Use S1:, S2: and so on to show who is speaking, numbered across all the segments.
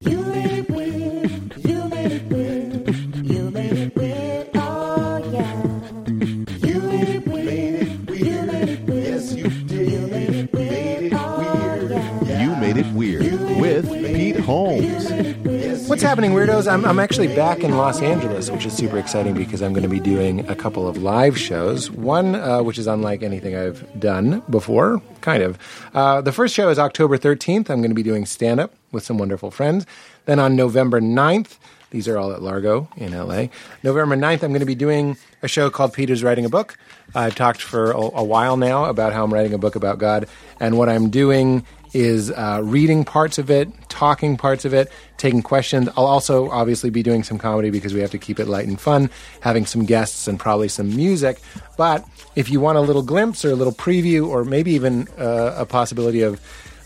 S1: You made it weird. You made it weird. You made it weird. Oh yeah. You made it weird. You made it weird. Yes, you did. You made it weird. Oh yeah.
S2: You Made It Weird with Pete Holmes.
S3: What's happening, weirdos? I'm, I'm actually back in Los Angeles, which is super exciting because I'm going to be doing a couple of live shows. One, uh, which is unlike anything I've done before, kind of. Uh, the first show is October 13th. I'm going to be doing stand up with some wonderful friends. Then on November 9th, these are all at Largo in LA. November 9th, I'm going to be doing a show called Peter's Writing a Book. I've talked for a, a while now about how I'm writing a book about God. And what I'm doing is uh, reading parts of it, talking parts of it, taking questions. I'll also obviously be doing some comedy because we have to keep it light and fun, having some guests and probably some music. But if you want a little glimpse or a little preview, or maybe even uh, a possibility of,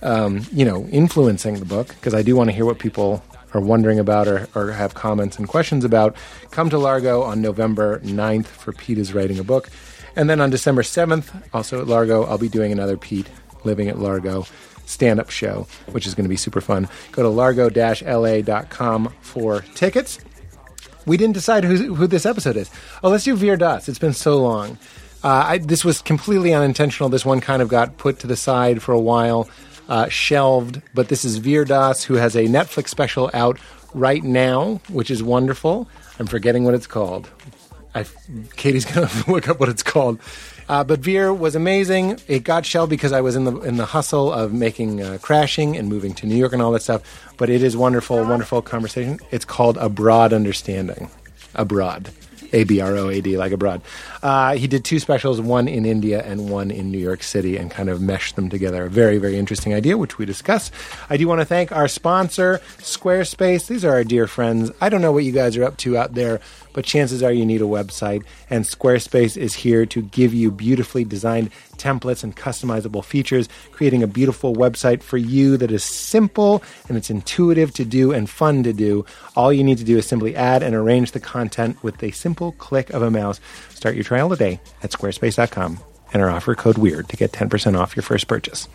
S3: um, you know, influencing the book, because I do want to hear what people are wondering about or, or have comments and questions about, come to Largo on November 9th for Pete is Writing a Book. And then on December 7th, also at Largo, I'll be doing another Pete Living at Largo stand up show, which is going to be super fun. Go to largo la.com for tickets. We didn't decide who, who this episode is. Oh, let's do Veer Dots. It's been so long. Uh, I, this was completely unintentional. This one kind of got put to the side for a while, uh, shelved. But this is Veer Dots, who has a Netflix special out right now, which is wonderful. I'm forgetting what it's called. I, Katie's gonna have to look up what it's called. Uh, but Veer was amazing. It got shelved because I was in the in the hustle of making uh, crashing and moving to New York and all that stuff. But it is wonderful, wonderful conversation. It's called Abroad Understanding. Abroad, A B R O A D, like abroad. Uh, he did two specials, one in India and one in New York City, and kind of meshed them together. A very, very interesting idea, which we discuss. I do want to thank our sponsor, Squarespace. These are our dear friends. I don't know what you guys are up to out there but chances are you need a website, and Squarespace is here to give you beautifully designed templates and customizable features, creating a beautiful website for you that is simple and it's intuitive to do and fun to do. All you need to do is simply add and arrange the content with a simple click of a mouse. Start your trial today at squarespace.com. Enter offer code WEIRD to get 10% off your first purchase.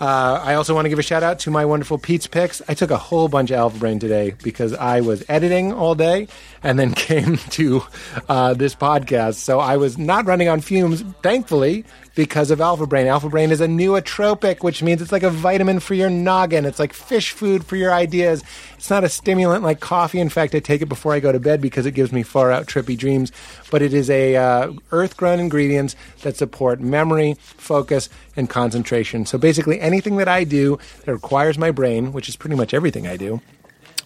S3: Uh, I also want to give a shout out to my wonderful Pete's Picks. I took a whole bunch of Alpha Brain today because I was editing all day and then came to uh, this podcast. So I was not running on fumes, thankfully, because of Alpha Brain. Alpha Brain is a nootropic, which means it's like a vitamin for your noggin. It's like fish food for your ideas. It's not a stimulant like coffee. In fact, I take it before I go to bed because it gives me far out trippy dreams. But it is a uh, earth grown ingredients that support memory, focus, and concentration. So basically, anything that I do that requires my brain, which is pretty much everything I do,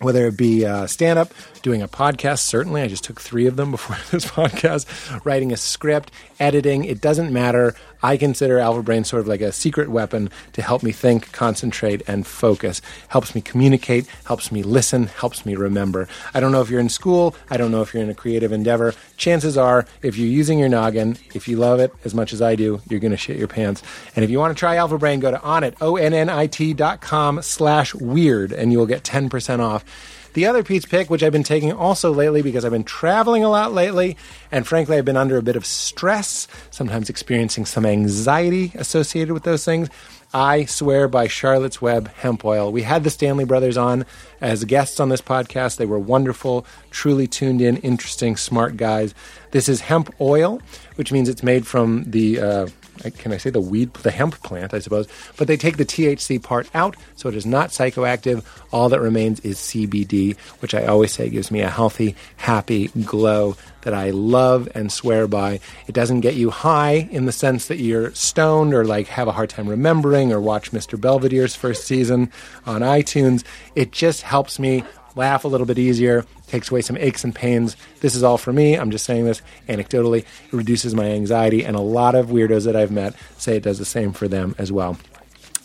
S3: whether it be uh, stand up, doing a podcast, certainly. I just took three of them before this podcast, writing a script, editing. It doesn't matter. I consider Alpha Brain sort of like a secret weapon to help me think, concentrate, and focus. Helps me communicate, helps me listen, helps me remember. I don't know if you're in school, I don't know if you're in a creative endeavor. Chances are, if you're using your noggin, if you love it as much as I do, you're going to shit your pants. And if you want to try Alpha Brain, go to onit, O-N-N-I-T dot com slash weird, and you will get 10% off. The other Pete's pick, which I've been taking also lately because I've been traveling a lot lately, and frankly, I've been under a bit of stress, sometimes experiencing some anxiety associated with those things. I swear by Charlotte's Web hemp oil. We had the Stanley brothers on as guests on this podcast. They were wonderful, truly tuned in, interesting, smart guys. This is hemp oil, which means it's made from the. Uh, I- can I say the weed, the hemp plant, I suppose, but they take the THC part out, so it is not psychoactive. All that remains is CBD, which I always say gives me a healthy, happy glow that I love and swear by. It doesn't get you high in the sense that you're stoned or like have a hard time remembering or watch Mr. Belvedere's first season on iTunes. It just helps me laugh a little bit easier, takes away some aches and pains. This is all for me. I'm just saying this anecdotally. It reduces my anxiety, and a lot of weirdos that I've met say it does the same for them as well.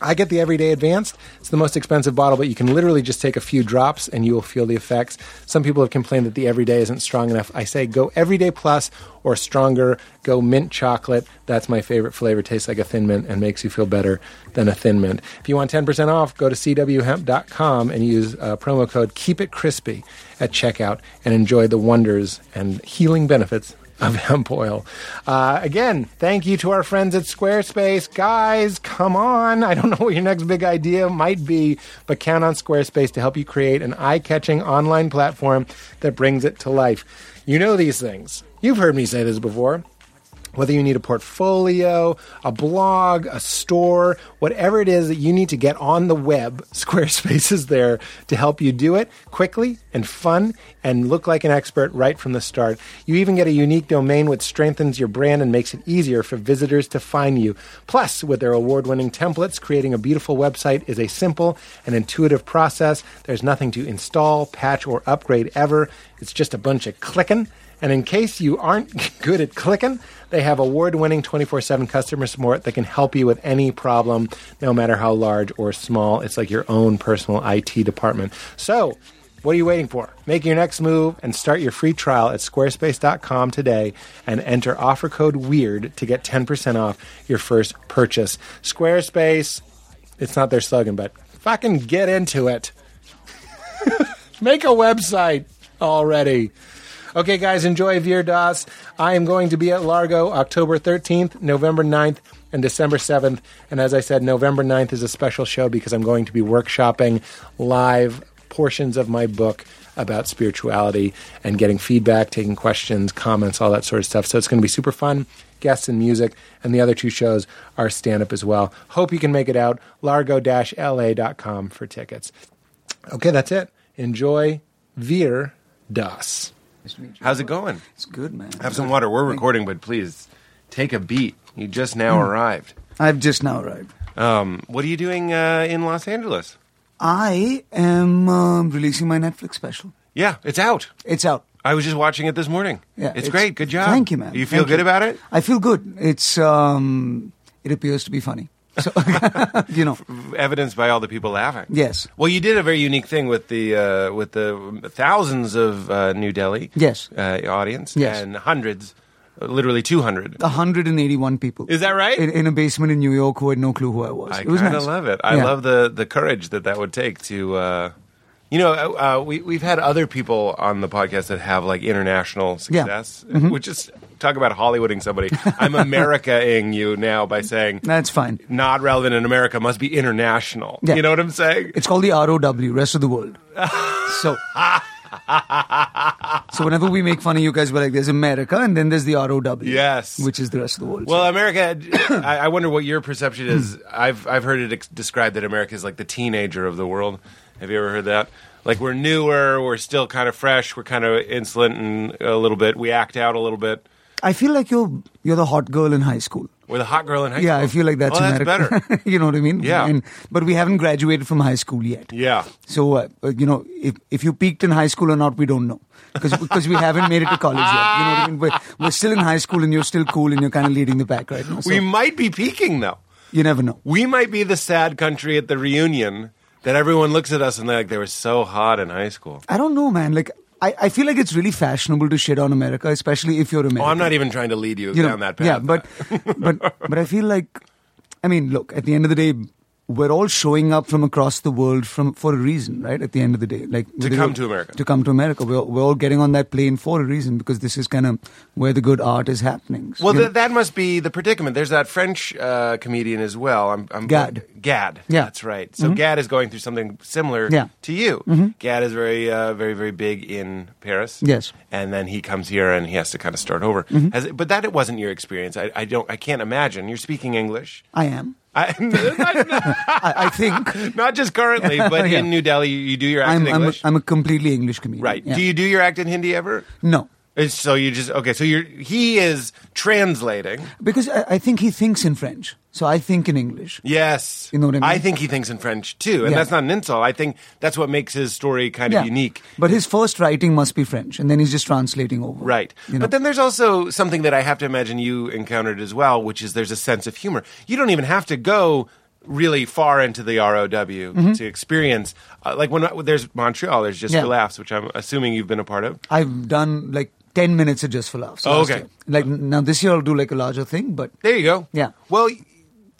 S3: I get the Everyday Advanced. It's the most expensive bottle, but you can literally just take a few drops and you will feel the effects. Some people have complained that the Everyday isn't strong enough. I say go Everyday Plus or stronger. Go mint chocolate. That's my favorite flavor. Tastes like a thin mint and makes you feel better than a thin mint. If you want 10% off, go to cwhemp.com and use uh, promo code Keep It Crispy at checkout and enjoy the wonders and healing benefits of hemp oil. Uh, again, thank you to our friends at Squarespace. Guys, come on. I don't know what your next big idea might be, but count on Squarespace to help you create an eye catching online platform that brings it to life. You know these things. You've heard me say this before. Whether you need a portfolio, a blog, a store, whatever it is that you need to get on the web, Squarespace is there to help you do it quickly and fun and look like an expert right from the start. You even get a unique domain which strengthens your brand and makes it easier for visitors to find you. Plus, with their award winning templates, creating a beautiful website is a simple and intuitive process. There's nothing to install, patch, or upgrade ever. It's just a bunch of clicking. And in case you aren't good at clicking, they have award winning 24 7 customer support that can help you with any problem, no matter how large or small. It's like your own personal IT department. So, what are you waiting for? Make your next move and start your free trial at squarespace.com today and enter offer code WEIRD to get 10% off your first purchase. Squarespace, it's not their slogan, but fucking get into it. Make a website already. Okay, guys, enjoy Veer Das. I am going to be at Largo October 13th, November 9th, and December 7th. And as I said, November 9th is a special show because I'm going to be workshopping live portions of my book about spirituality and getting feedback, taking questions, comments, all that sort of stuff. So it's going to be super fun. Guests and music, and the other two shows are stand up as well. Hope you can make it out. Largo la.com for tickets. Okay, that's it. Enjoy Veer Das.
S4: How's it going?
S5: It's good, man.
S4: Have some water. We're recording, but please take a beat. You just now arrived.
S5: I've just now arrived.
S4: Um, what are you doing uh, in Los Angeles?
S5: I am um, releasing my Netflix special.
S4: Yeah, it's out.
S5: It's out.
S4: I was just watching it this morning.
S5: Yeah,
S4: it's, great. Good job.
S5: Thank you, man.
S4: You feel
S5: Thank
S4: good about it?
S5: I feel good. It's um, it appears to be funny. So you know,
S4: Evidenced by all the people laughing.
S5: Yes.
S4: Well, you did a very unique thing with the uh, with the thousands of uh, New Delhi
S5: Yes.
S4: uh, audience
S5: Yes. Oh,
S4: and hundreds, uh, literally two hundred.
S5: 181 people.
S4: Is that right?
S5: In, in a basement in New York, who had no clue who I was.
S4: I
S5: it was
S4: kind of
S5: nice.
S4: love it. I
S5: Yeah.
S4: love the the courage that that would take to, uh, you know, uh, uh, we we've had other people on the podcast that have like international
S5: Yeah. Mm-hmm.
S4: success, which is talk about Hollywooding somebody. I'm Americaing you now by saying
S5: That's fine.
S4: not relevant in America must be international.
S5: Yeah.
S4: You know what I'm saying?
S5: It's called the ROW, rest of the world. So. so whenever we make fun of you guys, we're like, there's America and then there's the ROW.
S4: Yes.
S5: Which is the rest of the world.
S4: Well, America. I, I wonder what your perception is. I've I've heard it ex- described that America is like the teenager of the world. Have you ever heard that? Like we're newer, we're still kind of fresh, we're kind of insolent and a little bit. We act out a little bit.
S5: I feel like you're you're the hot girl in high school.
S4: We're the hot girl in high
S5: Yeah, I
S4: school.
S5: feel like that's
S4: oh, that's
S5: America.
S4: better.
S5: you know what I mean?
S4: Yeah.
S5: And, but we haven't graduated from high school yet.
S4: Yeah,
S5: So uh, uh, you know, if if you peaked in high school or not, we don't know because because we haven't made it to college yet. You know what I mean? We're, we're still in high school and you're still cool and you're kind of leading the pack right now. So
S4: we might be peaking though.
S5: you never know.
S4: We might be the sad country at the reunion that everyone looks at us and they're like, they were so hot in high school.
S5: I don't know, man. Like I, I feel like it's really fashionable to shit on America, especially if you're American.
S4: Oh, I'm not even trying to lead you,
S5: you know,
S4: down that path.
S5: Yeah, but but but I feel like, I mean, look, at the end of the day, we're all showing up from across the world from for a reason, right? At the end of the day, like whether
S4: come
S5: you're-
S4: to America.
S5: to come to America, we're, we're all getting on that plane for a reason because this is kind of where the good art is happening. So,
S4: Well,
S5: you
S4: th- that must be the predicament. There's that French uh, comedian as well. I'm, I'm
S5: Gad.
S4: Gad.
S5: Yeah. Mm-hmm.
S4: that's right. So Gad is going through something similar
S5: Yeah. Mm-hmm.
S4: to you. Gad is very, uh, very, very big in Paris.
S5: Yes. Mm-hmm.
S4: and then he comes here and he has to kind of start over. Has it, but that it wasn't your experience. I, I don't. I can't imagine. You're speaking English.
S5: I am.
S4: I, not,
S5: I, I think
S4: not just currently, but
S5: Yeah.
S4: in New Delhi, you do your act
S5: I'm I'm
S4: in
S5: a,
S4: English.
S5: I'm a completely English comedian.
S4: right.
S5: Yeah.
S4: Do you do your act in Hindi ever?
S5: no.
S4: It's- So you just okay. So you're he is translating.
S5: Because I, I think he thinks in French, so I think in English.
S4: Yes.
S5: You know what I mean?
S4: think he thinks in French too. And
S5: Yeah.
S4: that's not an insult. I think that's what makes his story kind of unique.
S5: But his first writing must be French, and then he's just translating over.
S4: Right.
S5: You know?
S4: But then there's also something that I have to imagine you encountered as well, which is there's a sense of humor. You don't even have to go really far into the ROW to experience. Uh, like when there's Montreal, there's Just
S5: Mm-hmm. Yeah.
S4: for Laughs, which I'm assuming you've been a part of.
S5: I've done like 10 minutes of Just for Laughs.
S4: Oh,
S5: last
S4: okay.
S5: year. Like now this year I'll do like a larger thing, but
S4: There you go.
S5: Yeah. Mm-hmm.
S4: Well,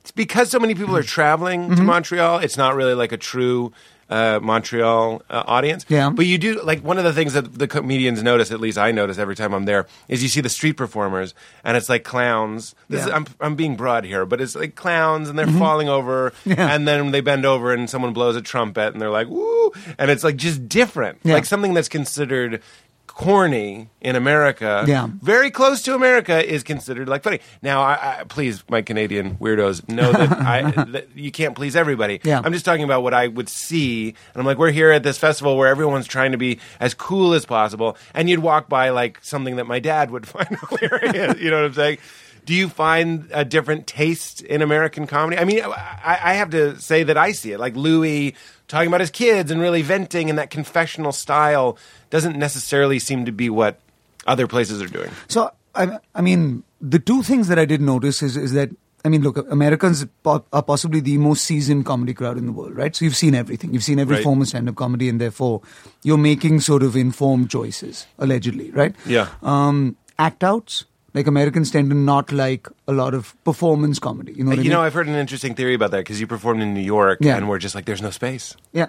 S4: it's because so many people are traveling to Montreal, it's not really like a true uh, Montreal uh, audience.
S5: Yeah.
S4: But you do like one of the things that the comedians notice, at least I notice every time I'm there, is you see the street performers and it's like clowns. This is,
S5: Yeah. Mm-hmm.
S4: I'm I'm being broad here, but it's like clowns and they're falling over,
S5: Yeah.
S4: and then they bend over and someone blows a trumpet and they're like woo, and it's like just different,
S5: Yeah.
S4: like something that's considered corny in America
S5: Yeah.
S4: very close to America is considered like funny. Now, I, I, please, my Canadian weirdos, know that, I, that you can't please everybody.
S5: Yeah.
S4: I'm just talking about what I would see, and I'm like, we're here at this festival where everyone's trying to be as cool as possible, and you'd walk by like something that my dad would find hilarious. you know what I'm saying? Do you find a different taste in American comedy? I mean, I, I have to say that I see it. Like Louis talking about his kids and really venting, and that confessional style doesn't necessarily seem to be what other places are doing.
S5: So I, I mean, the two things that I did notice is is that I mean, look, Americans po- are possibly the most seasoned comedy crowd in the world, right? So you've seen everything, you've seen every
S4: Right.
S5: form of stand-up comedy, and therefore you're making sort of informed choices, allegedly, right?
S4: Yeah.
S5: Um, act outs. Like Americans tend to not like a lot of performance comedy. You know what I
S4: Uh, You
S5: mean?
S4: know, I've heard an interesting theory about that because you performed in New York,
S5: Yeah.
S4: and we're just like, there's no space.
S5: yeah.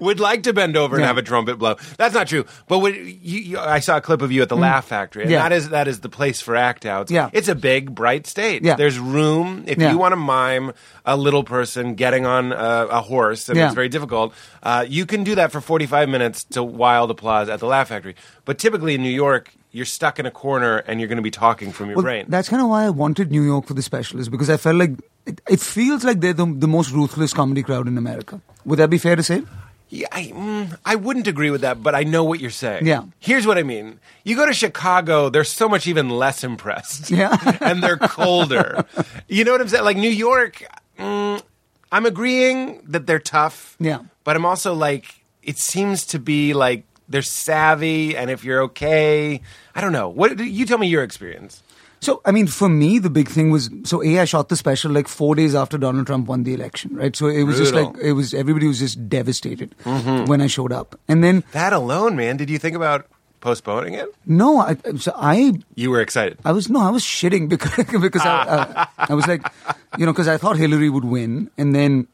S4: Would like to bend over and
S5: Yeah.
S4: have a trumpet blow. That's not true. But would, you, you, I saw a clip of you at the Laugh Factory, and
S5: Mm. Yeah.
S4: that is that is the place for act outs.
S5: Yeah.
S4: it's a big, bright stage.
S5: Yeah.
S4: there's room if
S5: Yeah.
S4: you want to mime a little person getting on a, a horse, and
S5: Yeah.
S4: it's very difficult. Uh, you can do that for 45 minutes to wild applause at the Laugh Factory. But typically in New York, you're stuck in a corner and you're going to be talking from your
S5: Well,
S4: brain.
S5: That's kind of why I wanted New York for the special is because I felt like it, it feels like they're the, the most ruthless comedy crowd in America. Would that be fair to say?
S4: Yeah, I, mm, I wouldn't agree with that, but I know what you're saying.
S5: Yeah.
S4: Here's what I mean. You go to Chicago, they're so much even less impressed.
S5: Yeah.
S4: and they're colder. you know what I'm saying? Like New York, mm, I'm agreeing that they're tough.
S5: Yeah.
S4: But I'm also like, it seems to be like they're savvy, and if you're okay, I don't know. What you tell me your experience?
S5: So, I mean, for me, the big thing was so A, I shot the special like four days after Donald Trump won the election, right? So it was
S4: Brutal. Mm-hmm.
S5: just like, it was, everybody was just devastated when I showed up. And then,
S4: That alone, man. Did you think about postponing it?
S5: no, I, so I,
S4: You were excited.
S5: I was, no, I was shitting because, because I, I, I was like, you know, because I thought Hillary would win. And then,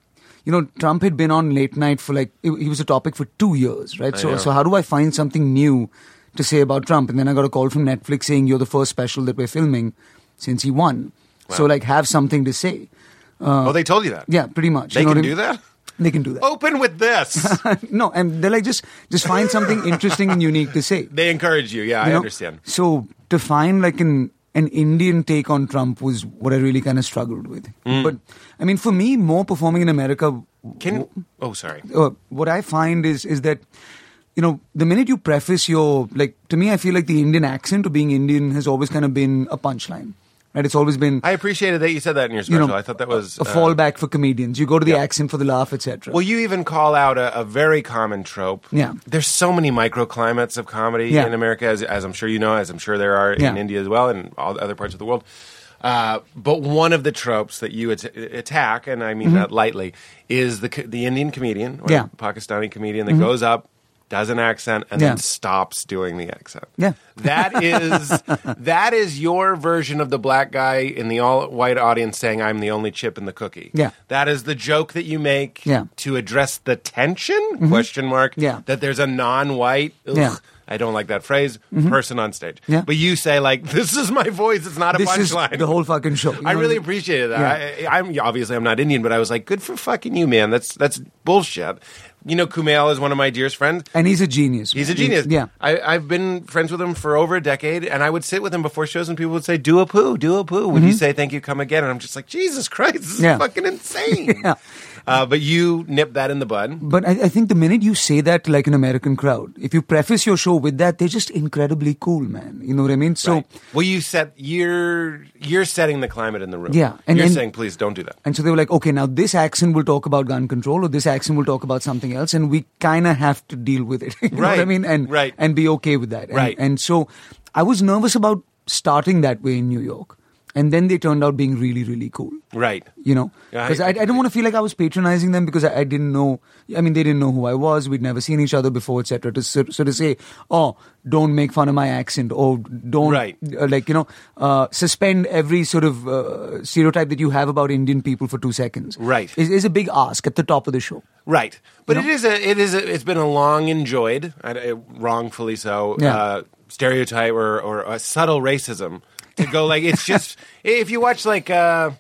S5: you know, Trump had been on late night for like, he he was a topic for two years, right? So,
S4: know.
S5: so how do I find something new to say about Trump? And then I got a call from Netflix saying, you're the first special that we're filming since he won. So like have something to say.
S4: oh, they told you that.
S5: Uh, Yeah, pretty much.
S4: They
S5: You know
S4: can
S5: what I
S4: do
S5: mean?
S4: that. Oh.
S5: They can do that.
S4: Open with this.
S5: no, and they're like just just find something interesting and unique to say.
S4: They encourage you. Yeah,
S5: you
S4: I
S5: know?
S4: understand.
S5: So to find like an an Indian take on Trump was what I really kind of struggled with.
S4: Mm.
S5: But I mean, for me, more performing in America,
S4: Can oh sorry.
S5: uh, what I find is is that you know the minute you preface your like to me, I feel like the Indian accent or being Indian has always kind of been a punchline, right? It's always been
S4: I appreciated that you said that in your
S5: you
S4: special.
S5: know
S4: I thought that was
S5: a
S4: uh,
S5: fallback for comedians. You go to the
S4: yeah.
S5: accent for the laugh, etc.
S4: Well, you even call out a, a very common trope.
S5: Yeah.
S4: there's so many microclimates of comedy
S5: Yeah.
S4: in America, as, as I'm sure you know, as I'm sure there are in
S5: Yeah.
S4: India as well, and all the other parts of the world. Uh, but one of the tropes that you at- attack, and I mean that lightly, is the co- the Indian comedian or
S5: Mm-hmm. Yeah. Mm-hmm.
S4: Pakistani comedian that goes up, does an accent, and
S5: Yeah.
S4: then stops doing the accent.
S5: Yeah.
S4: That is that is your version of the black guy in the all white audience saying I'm the only chip in the cookie.
S5: Yeah.
S4: That is the joke that you make
S5: Yeah. Mm-hmm.
S4: to address the tension question mark
S5: Yeah.
S4: that there's a non-white ugh,
S5: Yeah. Mm-hmm.
S4: I don't like that phrase person on stage.
S5: Yeah.
S4: But you say like this is my voice it's not a
S5: this is
S4: punchline.
S5: the whole fucking show. you
S4: I
S5: know?
S4: really appreciated that. I, I'm obviously I'm not Indian, but I was like, good for fucking you, man. That's that's bullshit. You know, Kumail is one of my dearest friends.
S5: And he's a genius.
S4: He's a
S5: man.
S4: genius.
S5: yeah.
S4: I, I've been friends with him for over a decade, and I would sit with him before shows, and people would say, "Do a poo, do a poo." Would you say, "Thank you, come again"? And I'm just like, Jesus Christ, this is
S5: Mm-hmm. Yeah.
S4: fucking insane.
S5: Yeah.
S4: uh, but you nipped that in the bud.
S5: But I, I think the minute you say that to like an American crowd, if you preface your show with that, they're just incredibly cool, man. You know what I mean? So
S4: Right. well, you set you're you're setting the climate in the room.
S5: Yeah, and-
S4: you're
S5: and-
S4: saying, "Please don't do that."
S5: and so they were like, okay, now this accent will talk about gun control, or this accent will talk about something else, and we kind of have to deal with it. you know what I
S4: Right.
S5: mean? And
S4: Right.
S5: and be okay with that. And,
S4: Right.
S5: And so I was nervous about starting that way in New York. and then they turned out being really really cool.
S4: Right.
S5: You know,
S4: Yeah, I-
S5: because I, I, don't want to feel like I was patronizing them because I, I didn't know. I mean, they didn't know who I was. We'd never seen each other before, etc. To so, so to say, oh, don't make fun of my accent, or don't
S4: Right.
S5: uh, like you know, uh, suspend every sort of uh, stereotype that you have about Indian people for two seconds.
S4: Right.
S5: is, is a big ask at the top of the show.
S4: Right, but
S5: You know?
S4: it is a it is a, it's been a long enjoyed, and uh, wrongfully so,
S5: Yeah.
S4: uh, stereotype or or a subtle racism to go like it's just if you watch like uh,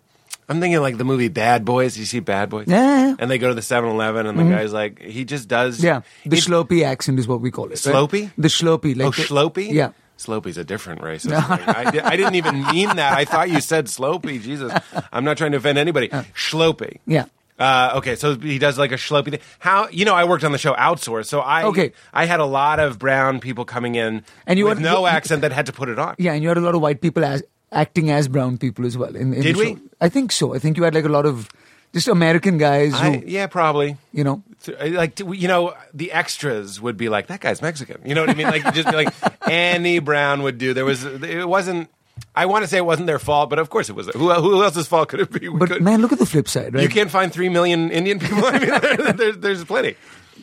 S4: I'm thinking like the movie Bad Boys. You see Bad Boys,
S5: Yeah, yeah.
S4: and they go to the 7-Eleven, and the guy's like he just does
S5: Yeah, the
S4: It-
S5: Slopey accent is what we call it. right?
S4: Slopey?
S5: The Slopey. Like
S4: oh
S5: the-
S4: Slopey,
S5: Yeah.
S4: Slopey's a different racist. thing. I, di- I didn't even mean that. I thought you said Slopey. Jesus, I'm not trying to offend anybody. Slopey,
S5: Uh. Yeah.
S4: Uh, okay, so he does like a schlopey thing. How you know? I worked on the show Outsource, so I
S5: Okay.
S4: I had a lot of brown people coming in
S5: And you
S4: with
S5: were-
S4: no
S5: you-
S4: accent that had to put it on.
S5: Yeah, and you had a lot of white people as, acting as brown people as well. In, in
S4: Did
S5: the
S4: we?
S5: show. I think so. I think you had like a lot of just American guys who,
S4: I, yeah, probably.
S5: you know.
S4: uh, Like t- you know, the extras would be like, "That guy's Mexican." You know what I mean? Like just be like Annie Brown would do. There was it wasn't. I want to say it wasn't their fault, but of course it was. Who, who else's fault could it be? We
S5: But
S4: could-
S5: man, look at the flip side, right?
S4: you can't find three million Indian people. I mean, there, there's there's plenty.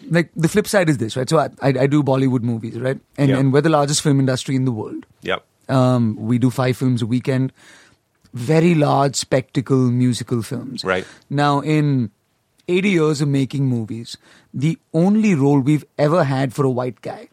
S5: like the flip side is this, right? So I, I, I do Bollywood movies, right? And
S4: Yeah.
S5: and we're the largest film industry in the world.
S4: Yep.
S5: Um, we do five films a weekend, very large spectacle musical films.
S4: Right.
S5: Now, in 80 years of making movies, the only role we've ever had for a white guy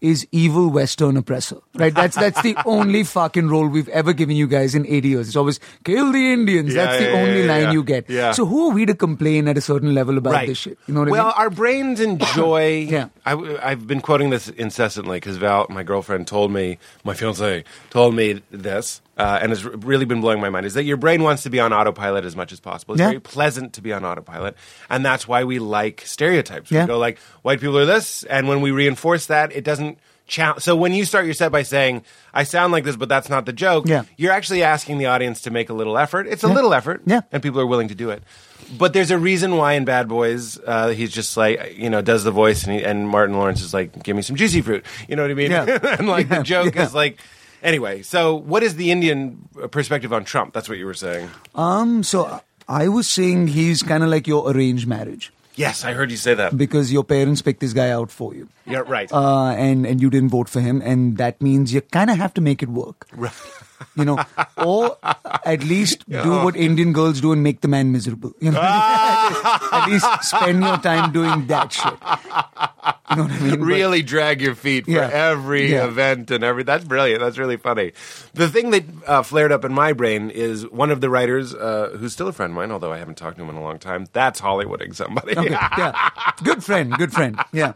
S5: is evil Western oppressor. Right? That's that's the only fucking role we've ever given you guys in 80 years. It's always kill the Indians.
S4: Yeah,
S5: that's the
S4: yeah, yeah,
S5: only
S4: yeah,
S5: line
S4: yeah.
S5: you get.
S4: Yeah.
S5: So who are we to complain at a certain level about this shit? You know what
S4: well,
S5: I mean?
S4: our brains enjoy.
S5: Yeah.
S4: I, have been quoting this incessantly because Val, my girlfriend, told me, my fiance told me this, uh, and it's really been blowing my mind. Is that your brain wants to be on autopilot as much as possible? It's
S5: Yeah.
S4: very pleasant to be on autopilot, and that's why we like stereotypes.
S5: Yeah.
S4: We go like, white people are this, and when we reinforce that, it doesn't. chal- So when you start your set by saying, "I sound like this, but that's not the joke,"
S5: Yeah.
S4: you're actually asking the audience to make a little effort. It's a
S5: Yeah.
S4: little effort,
S5: Yeah.
S4: and people are willing to do it. But there's a reason why in Bad Boys uh, he's just like you know does the voice and, he, and Martin Lawrence is like give me some juicy fruit, you know what I mean?
S5: Yeah.
S4: and like
S5: Yeah,
S4: the joke
S5: yeah.
S4: is like anyway. So what is the Indian perspective on Trump? That's what you were saying.
S5: um, so I was saying he's kind of like your arranged marriage
S4: Yes, I heard you say that.
S5: because your parents picked this guy out for you.
S4: yeah, right.
S5: uh, and and you didn't vote for him, and that means you kind of have to make it work. You know, or at least do what Indian girls do and make the man miserable. You know,
S4: Ah!
S5: at least spend your time doing that shit. You know what I mean? But-
S4: really drag your feet for
S5: Yeah.
S4: every
S5: Yeah.
S4: event and every. That's brilliant. That's really funny. The thing that uh, flared up in my brain is one of the writers uh, who's still a friend of mine, although I haven't talked to him in a long time. That's Hollywooding somebody.
S5: okay, yeah. Good friend, good friend. Yeah.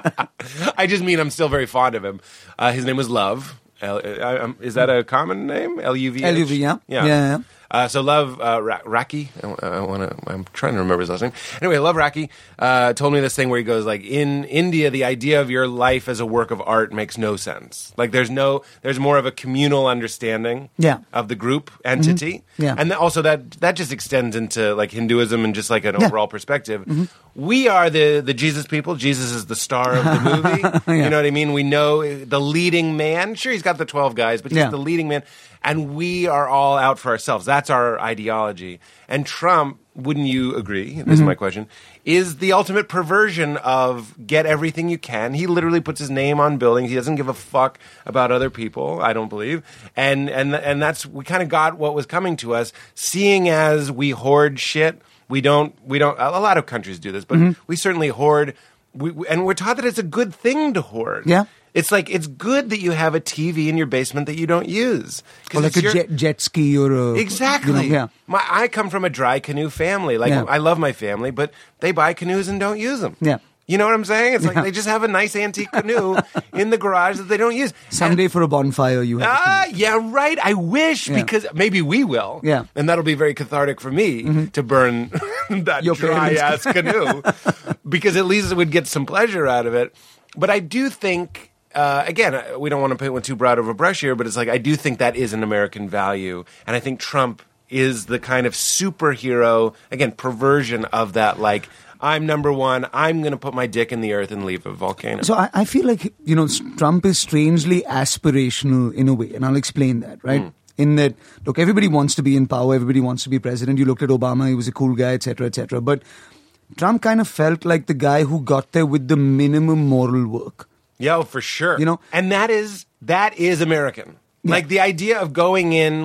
S4: I just mean I'm still very fond of him. Uh, his name was Love. L- uh, I- I'm- is that a common name? L U V.
S5: LUV, yeah.
S4: Yeah.
S5: Yeah, yeah.
S4: Uh, so Love uh, Ra- Raki, I, want to. I'm trying to remember his last name. Anyway, Love Raki uh, told me this thing where he goes like, in India, the idea of your life as a work of art makes no sense. Like, there's no, there's more of a communal understanding,
S5: Yeah. Mm-hmm.
S4: of the group entity,
S5: Yeah.
S4: and th- also that that just extends into like Hinduism and just like an
S5: Yeah. Mm-hmm.
S4: overall perspective. We are the the Jesus people. Jesus is the star of the movie. You know what I mean? We know eh, the leading man. Sure, he's got the twelve guys, but he's
S5: Yeah.
S4: the leading man, and we are all out for ourselves. That's our ideology. And Trump, wouldn't you agree? This is my question: Is the ultimate perversion of get everything you can? He literally puts his name on buildings. He doesn't give a fuck about other people. I don't believe, and and and that's we kind of got what was coming to us, seeing as we hoard shit. We don't. We don't. A lot of countries do this, but we certainly hoard. We, we- and we're taught that it's a good thing to hoard.
S5: Yeah.
S4: It's like it's good that you have a TV in your basement that you don't use. 'Cause
S5: Or like
S4: it's
S5: a
S4: your-
S5: jet, jet ski or a.
S4: Exactly.
S5: you know, yeah.
S4: My, I come from a dry canoe family. Like
S5: Yeah.
S4: I love my family, but they buy canoes and don't use them.
S5: Yeah.
S4: You know what I'm saying? It's like they just have a nice antique canoe in the garage that they don't use.
S5: Someday for a bonfire, you have.
S4: Ah, yeah, right. I wish
S5: Yeah.
S4: because maybe we will.
S5: Yeah. Mm-hmm.
S4: and that'll be very cathartic for me to burn that
S5: Your
S4: dry
S5: parents'
S4: ass canoe because at least it would get some pleasure out of it. But I do think. Uh, again, uh, we don't want to paint with too broad of a brush here, but it's like I do think that is an American value, and I think Trump is the kind of superhero again perversion of that. Like I'm number one, I'm going to put my dick in the earth and leave a volcano.
S5: So I, I feel like you know Trump is strangely aspirational in a way, and I'll explain that. Right? in that look everybody wants to be in power everybody wants to be president you looked at obama he was a cool guy etc etc but trump kind of felt like the guy who got there with the minimum moral work
S4: Yeah, for sure.
S5: You know?
S4: and that is that is American. Like the idea of going in.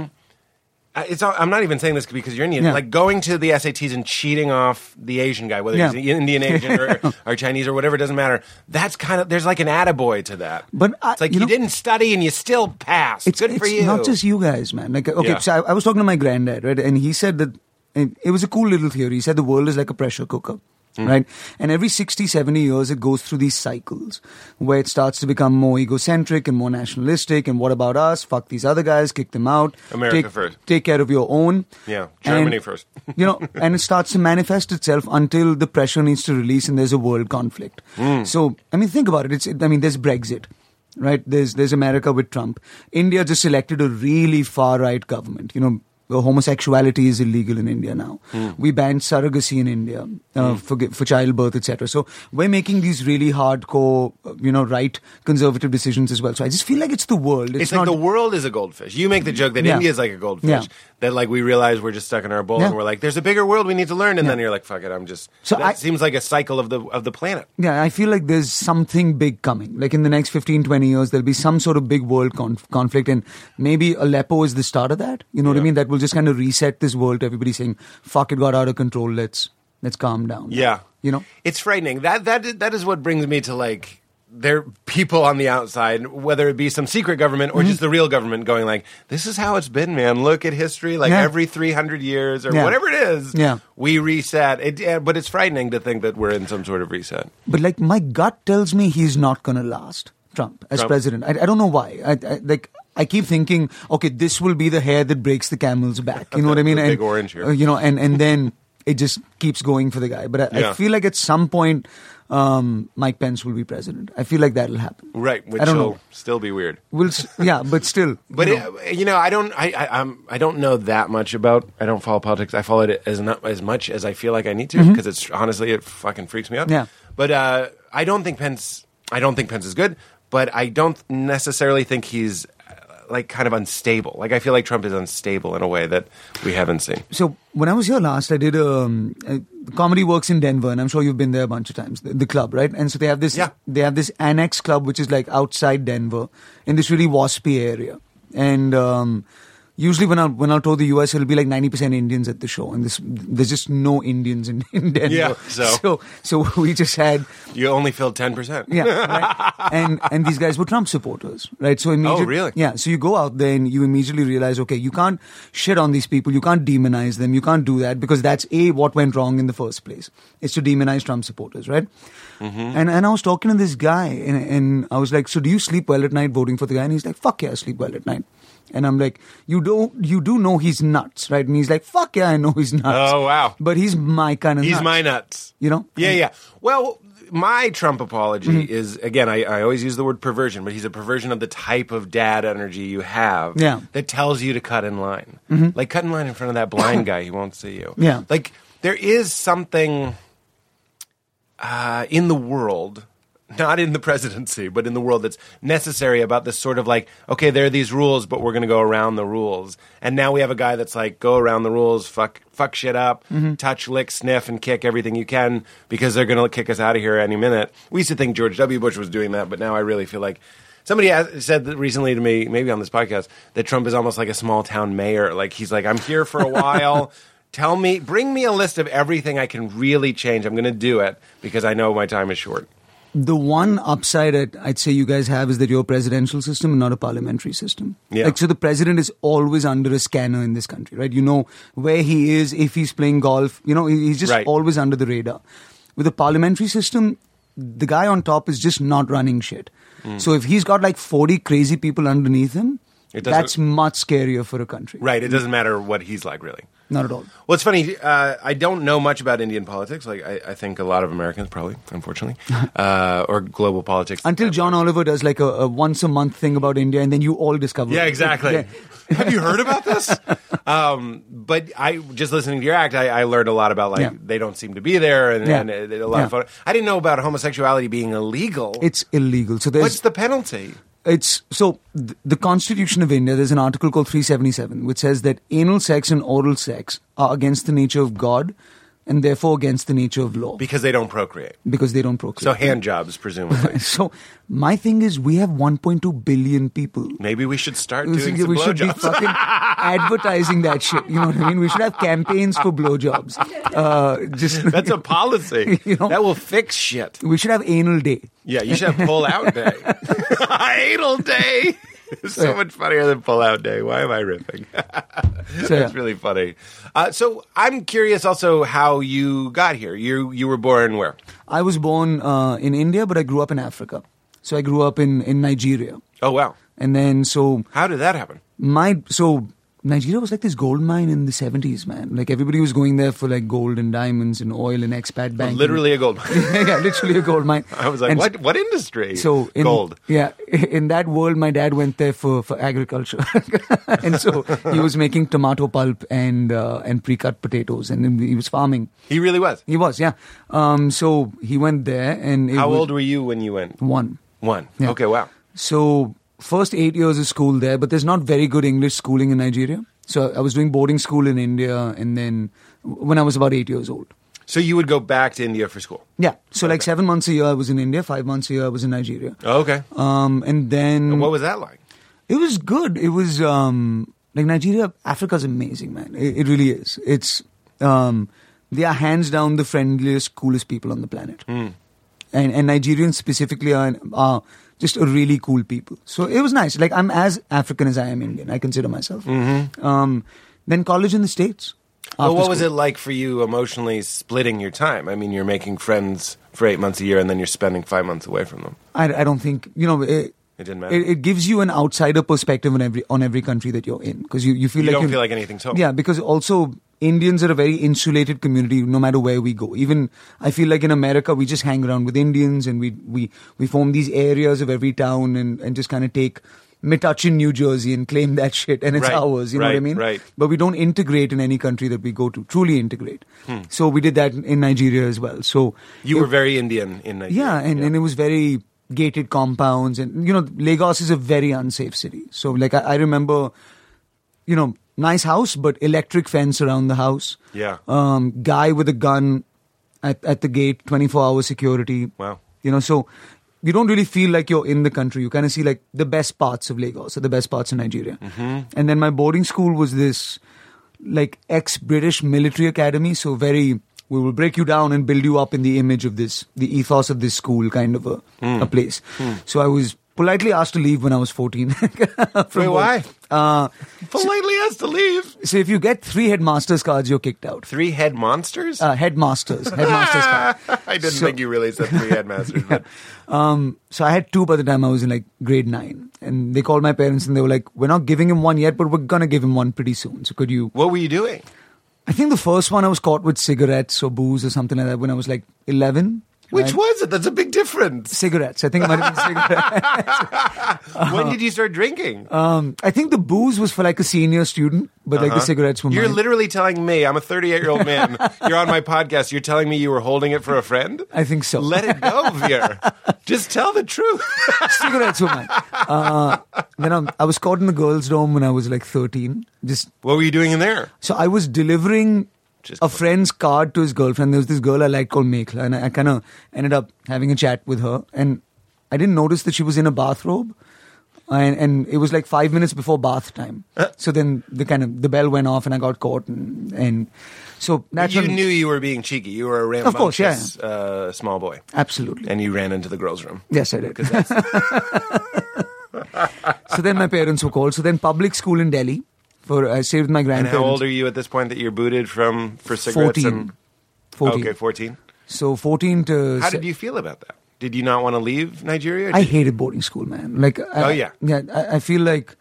S4: I- It's. not- I'm not even saying this because you're Indian.
S5: Yeah.
S4: Like going to the SATs and cheating off the Asian guy, whether he's
S5: Yeah.
S4: an Indian Asian or, or Chinese or whatever, it doesn't matter. That's kind of there's like an attaboy to that.
S5: But I-
S4: it's like you,
S5: you know-
S4: didn't study and you still passed.
S5: it's,
S4: Good
S5: it's
S4: for you.
S5: not just you guys, man. Like, okay,
S4: Yeah.
S5: so I, I was talking to my granddad, right, and he said that and it was a cool little theory. He said the world is like a pressure cooker.
S4: Hmm.
S5: Right? And every 60, 70 years, it goes through these cycles where it starts to become more egocentric and more nationalistic. And what about us? Fuck these other guys, kick them out.
S4: America
S5: take,
S4: first.
S5: Take care of your own.
S4: Yeah, Germany
S5: And,
S4: first.
S5: you know, and it starts to manifest itself until the pressure needs to release and there's a world conflict.
S4: Hmm.
S5: So, I mean, think about it. It's, I mean, there's Brexit, right? There's there's America with Trump. India just elected a really far right government. You know, the homosexuality is illegal in India now.
S4: Hmm.
S5: We banned surrogacy in India uh, for for for childbirth, etc. So we're making these really hardcore, uh, you know, right conservative decisions as well. So I just feel like it's the world. It's,
S4: It's, like
S5: not
S4: the world is a goldfish. You make the joke that
S5: Yeah.
S4: India's like a goldfish.
S5: Yeah.
S4: That like we realize we're just stuck in our bowl
S5: Yeah.
S4: and we're like, there's a bigger world we need to learn. And then you're like, fuck it, I'm just.
S5: So
S4: that
S5: I-
S4: seems like a cycle of the of the planet.
S5: Yeah, I feel like there's something big coming. Like in the next 15, 20 years, there'll be some sort of big world conf- conflict, and maybe Aleppo is the start of that. You know what I mean? That will just kind of reset this world to everybody saying, "Fuck, it got out of control. Let's let's calm down."
S4: Yeah,
S5: you know.
S4: it's frightening. That that that is what brings me to like there people on the outside, whether it be some secret government or
S5: Mm-hmm.
S4: just the real government, going like, "This is how it's been, man. Look at history. Like
S5: Yeah.
S4: every three hundred years or
S5: Yeah.
S4: whatever it is,
S5: Yeah.
S4: we reset." It, yeah, but it's frightening to think that we're in some sort of reset.
S5: But like my gut tells me he's not gonna last Trump as
S4: Trump.
S5: president. I, I don't know why. I, I like I keep thinking, okay, this will be the hair that breaks the camel's back. You know what I mean?
S4: The
S5: and,
S4: big orange here.
S5: uh, You know, and and then it just keeps going for the guy. But I,
S4: Yeah.
S5: I feel like at some point, um, Mike Pence will be president. I feel like that'll happen.
S4: Right, which
S5: I don't
S4: will
S5: know.
S4: still be weird.
S5: We'll s- yeah, but still.
S4: But
S5: you
S4: you
S5: know.
S4: know, it, you know I don't. I, I I'm- I don't know that much about. I don't follow politics. I follow it as not as much as I feel like I need to because it's honestly it fucking freaks me out.
S5: Mm-hmm. Yeah.
S4: But uh, I don't think Pence. I don't think Pence is good. But I don't necessarily think he's uh, like kind of unstable. Like I feel like Trump is unstable in a way that we haven't seen.
S5: so when I was here last, I did um, uh, comedy works in Denver, and I'm sure you've been there a bunch of times. The, the club, right? And so they have this,
S4: Yeah.
S5: they have this annex club which is like outside Denver in this really waspy area. And um, usually when I when I'll tour the US, it'll be like 90% Indians at the show, and this, there's just no Indians in, in Denver.
S4: Yeah, so-
S5: so so we just had
S4: You only filled ten percent.
S5: yeah, right? and and these guys were Trump supporters, right? So immediately,
S4: Oh, really?
S5: Yeah, so you go out there and you immediately realize, okay, you can't shit on these people, you can't demonize them, you can't do that because that's a what went wrong in the first place is to demonize Trump supporters, right?
S4: Mm-hmm.
S5: And and I was talking to this guy and and I was like, so do you sleep well at night voting for the guy? And he's like, fuck yeah, I sleep well at night. And I'm like, you don't, you do know he's nuts, right? And he's like, fuck yeah, I know he's nuts.
S4: Oh, wow.
S5: But he's my kind of
S4: He's
S5: nuts,
S4: my nuts.
S5: You know?
S4: Yeah, yeah. Well, my Trump apology
S5: Mm-hmm.
S4: is again. I, I always use the word perversion, but he's a perversion of the type of dad energy you have.
S5: Yeah. Mm-hmm.
S4: that tells you to cut in line, like cut in line in front of that blind guy. He won't see you.
S5: Yeah.
S4: like there is something uh, in the world. Not in the presidency, but in the world that's necessary about this sort of like, okay, there are these rules, but we're going to go around the rules. And now we have a guy that's like, go around the rules, fuck, fuck shit up, touch, lick, sniff, and kick everything you can because they're going to kick us out of here any minute. We used to think George W. Bush was doing that, but now I really feel like somebody has, said that recently to me, maybe on this podcast, that Trump is almost like a small town mayor. Like he's like, I'm here for a while. Tell me, bring me a list of everything I can really change. I'm going to do it because I know my time is short.
S5: the one upside I'd, I'd say you guys have is that you're a presidential system and not a parliamentary system.
S4: Yeah.
S5: Like, so the president is always under a scanner in this country, right? You know where he is, if he's playing golf, you know, he- he's just
S4: Right.
S5: always under the radar. With a parliamentary system, the guy on top is just not running shit.
S4: Mm.
S5: So if he's got like 40 crazy people underneath him,
S4: It doesn't-
S5: that's much scarier for a country.
S4: Right. It doesn't matter what he's like, really.
S5: Not at all.
S4: Well, it's funny. Uh, I don't know much about Indian politics. Like, I, I think a lot of Americans, probably, unfortunately, uh, or global politics.
S5: Until John Oliver does like a, a once a month thing about India and then you all discover
S4: Yeah,
S5: it.
S4: exactly.
S5: Yeah.
S4: Have you heard about this? um, but I just listening to your act, I, I learned a lot about like
S5: Yeah.
S4: they don't seem to be there, and,
S5: Yeah.
S4: and uh, a lot of
S5: Yeah.
S4: photo. I didn't know about homosexuality being illegal.
S5: It's illegal. So there's
S4: What's the penalty?
S5: it's so th- the Constitution of India. There's an article called 377, which says that anal sex and oral sex are against the nature of God, and therefore against the nature of law
S4: because they don't procreate.
S5: because they don't procreate.
S4: So hand jobs, presumably.
S5: So my thing is, we have 1.2 billion people.
S4: Maybe we should start
S5: We
S4: doing
S5: should-
S4: some
S5: we should be
S4: blowjobs.
S5: fucking advertising that shit. You know what I mean? We should have campaigns for blowjobs. Uh, just
S4: That's a policy.
S5: You know?
S4: That will fix shit.
S5: we should have anal day.
S4: Yeah, you should have pull out day. Idle day. It's so much funnier than pull out day. Why am I riffing?
S5: So,
S4: That's
S5: yeah.
S4: really funny. Uh, so I'm curious also how you got here. You you were born where?
S5: I was born uh, in India, but I grew up in Africa. So I grew up in, in Nigeria,
S4: Oh wow.
S5: and then so
S4: How did that happen?
S5: my so Nigeria was like this gold mine in the seventies, man. Like everybody was going there for like gold and diamonds and oil and expat banking.
S4: Literally a gold mine.
S5: yeah, literally a gold mine.
S4: I was like,
S5: And
S4: what what industry?
S5: So in,
S4: gold.
S5: Yeah, in that world, my dad went there for, for agriculture, and so he was making tomato pulp and uh, and pre cut potatoes, and then he was farming.
S4: He really was.
S5: He was, yeah. Um, so he went there, and it
S4: How
S5: was
S4: old were you when you went?
S5: One.
S4: One.
S5: Yeah.
S4: Okay, wow.
S5: So first eight years of school there, but there's not very good English schooling in Nigeria. So I was doing boarding school in India, and then when I was about eight years old.
S4: So you would go back to India for school.
S5: Yeah, so like seven months a year I was in India, five months a year I was in Nigeria.
S4: Okay.
S5: Um, and then
S4: what was that like?
S5: It was good. It was um, like Nigeria, Africa's amazing, man. It, it really is. It's um, they are hands down the friendliest, coolest people on the planet,
S4: Hmm.
S5: and and Nigerians specifically are are just really cool people. So it was nice. Like I'm as African as I am Indian. I consider myself. Um, then college in the states.
S4: Mm-hmm. Well,
S5: after
S4: what was
S5: school.
S4: it like for you emotionally splitting your time? I mean, you're making friends for eight months a year, and then you're spending five months away from them.
S5: I, I don't think you know. It,
S4: It didn't matter.
S5: it, it gives you an outsider perspective on every on every country that you're in because you, you feel like
S4: You don't
S5: you're-
S4: feel like anything's home.
S5: Yeah, because also Indians are a very insulated community. No matter where we go, even I feel like in America we just hang around with Indians and we we we form these areas of every town and and just kind of take. Metuchen, New Jersey, and claim that shit, and it's
S4: Right,
S5: ours. You know what I
S4: right,
S5: mean?
S4: right.
S5: But we don't integrate in any country that we go to. Truly integrate. So we did that in- in Nigeria as well. So
S4: Hmm. You
S5: it-
S4: were very Indian in Nigeria.
S5: yeah, and, and it was very gated compounds, and you know, Lagos is a very unsafe city. So, like, I, I remember, you know, nice house, but electric fence around the house.
S4: Yeah.
S5: Um, guy with a gun at at the gate, twenty four hour security.
S4: Wow.
S5: You know, so you don't really feel like you're in the country. You kind of see like the best parts of Lagos or the best parts of Nigeria.
S4: Mm-hmm.
S5: And then my boarding school was this like ex British military academy, so very we will break you down and build you up in the image of this, the ethos of this school kind of a,
S4: Hmm.
S5: a place. So I was politely asked to leave when I was 14. From
S4: Wait,
S5: boarding.
S4: why?
S5: Uh,
S4: Politely has to leave.
S5: So if you get three headmasters cards, you're kicked out.
S4: Three head monsters?
S5: Uh, headmasters, headmasters card.
S4: I didn't
S5: so-
S4: think you really said three headmasters. but
S5: So I had two by the time I was in like grade nine, and they called my parents and they were like, "We're not giving him one yet, but we're gonna give him one pretty soon. So could you?"
S4: what were you doing?
S5: I think the first one I was caught with cigarettes or booze or something like that when I was like eleven.
S4: Which
S5: right?
S4: was it? That's a big difference.
S5: Cigarettes. I think it might have been cigarettes. Uh-huh.
S4: when did you start drinking?
S5: Um, I think the booze was for like a senior student, but like the cigarettes were
S4: Uh-huh. You're
S5: mine.
S4: literally telling me I'm a 38 year old man. you're on my podcast. You're telling me you were holding it for a friend.
S5: I think so.
S4: Let it go, Veer. Just tell the truth.
S5: cigarettes were mine. Uh, then I'm, I was caught in the girls' dorm when I was like thirteen. Just
S4: what were you doing in there?
S5: So I was delivering a
S4: Just call-
S5: friend's card to his girlfriend. There was this girl I liked called Mekla, and I, I kind of ended up having a chat with her. And I didn't notice that she was in a bathrobe, and, and it was like five minutes before bath time.
S4: Uh.
S5: So then the kind of the bell went off, and I got caught, and, and so that's
S4: you
S5: when-
S4: knew you were being cheeky. You were a
S5: Of
S4: rambunctious
S5: course, yeah.
S4: uh, small boy,
S5: absolutely.
S4: and you ran into the girls' room.
S5: Yes, I did. so then my parents were called. So then public school in Delhi. For I stayed with my
S4: And
S5: grandparents.
S4: how old are you at this point that you're booted from for cigarettes?
S5: 14.
S4: And,
S5: 14.
S4: Okay, 14.
S5: So fourteen to
S4: How did you feel about that? Did you not want to leave Nigeria?
S5: I hated boarding school, man. Like, I,
S4: Oh, yeah.
S5: yeah. I, I feel like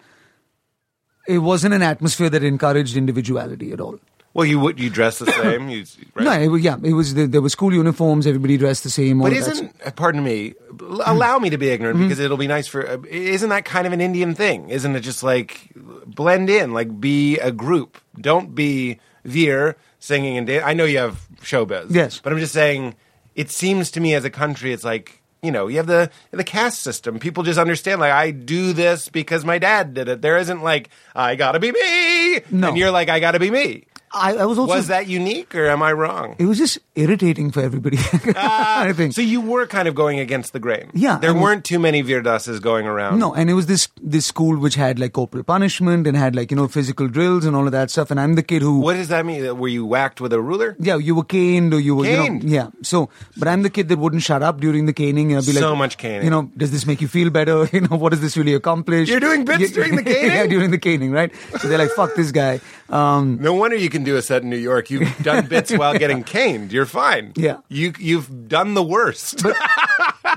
S5: it wasn't an atmosphere that encouraged individuality at all.
S4: well, you would. You dress the same. You, right?
S5: No, it, wa- yeah, it was the, there were school uniforms. Everybody dressed the same. all
S4: But
S5: of that stuff.
S4: isn't uh, pardon me? l- Allow me to be ignorant because it'll be nice for. Uh, isn't that kind of an Indian thing? Isn't it just like blend in, like be a group? Don't be Veer singing and dancing. I know you have showbiz,
S5: Yes.
S4: but I'm just saying. It seems to me as a country, it's like you know, you have the the caste system. People just understand like I do this because my dad did it. There isn't like I gotta be me,
S5: No.
S4: and you're like I gotta be me.
S5: I, I was also
S4: Was that unique or am I wrong?
S5: it was just irritating for everybody. I think
S4: Ah, So you were kind of going against the grain.
S5: Yeah,
S4: there
S5: I was-
S4: weren't too many Virdases going around.
S5: No, and it was this this school which had like corporal punishment and had like you know physical drills and all of that stuff. And I'm the kid who,
S4: What does that mean? Were you whacked with a ruler?
S5: yeah, you were caned or you were,
S4: Caned.
S5: you know, yeah. So, but I'm the kid that wouldn't shut up during the caning. And I'd be like,
S4: So much caning.
S5: You know, does this make you feel better? You know, what does this really accomplish?
S4: You're doing bits during the caning?
S5: yeah, during the caning, right? So they're like, fuck this guy. Um,
S4: No wonder you can do a set in New York. You've done bits while getting caned. You're fine.
S5: Yeah.
S4: You you've done the worst.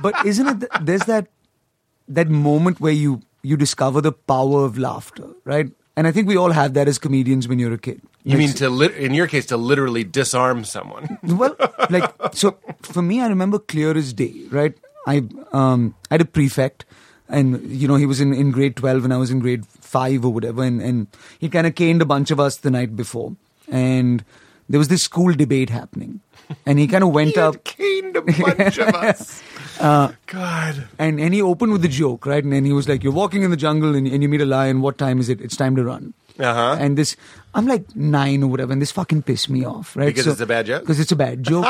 S5: but isn't it th- there's that that moment where you you discover the power of laughter, right? And I think we all have that as comedians when you're a kid.
S4: you
S5: Like,
S4: mean to lit- in your case to literally disarm someone?
S5: well like so for me i remember clear as day right i um i had a prefect and you know he was in, in grade 12 and i was in grade 5 or whatever and, and he kind of caned a bunch of us the night before and there was this school debate happening and Uh, he kind of went
S4: You
S5: up
S4: caned a bunch of us. God.
S5: and, and he opened with a joke right and then he was like you're walking in the jungle and, and you meet a lion what time is it it's time to run
S4: Uh-huh.
S5: and this i'm like nine or whatever and this fucking pissed me off right
S4: Because it's a bad joke?
S5: because it's a bad joke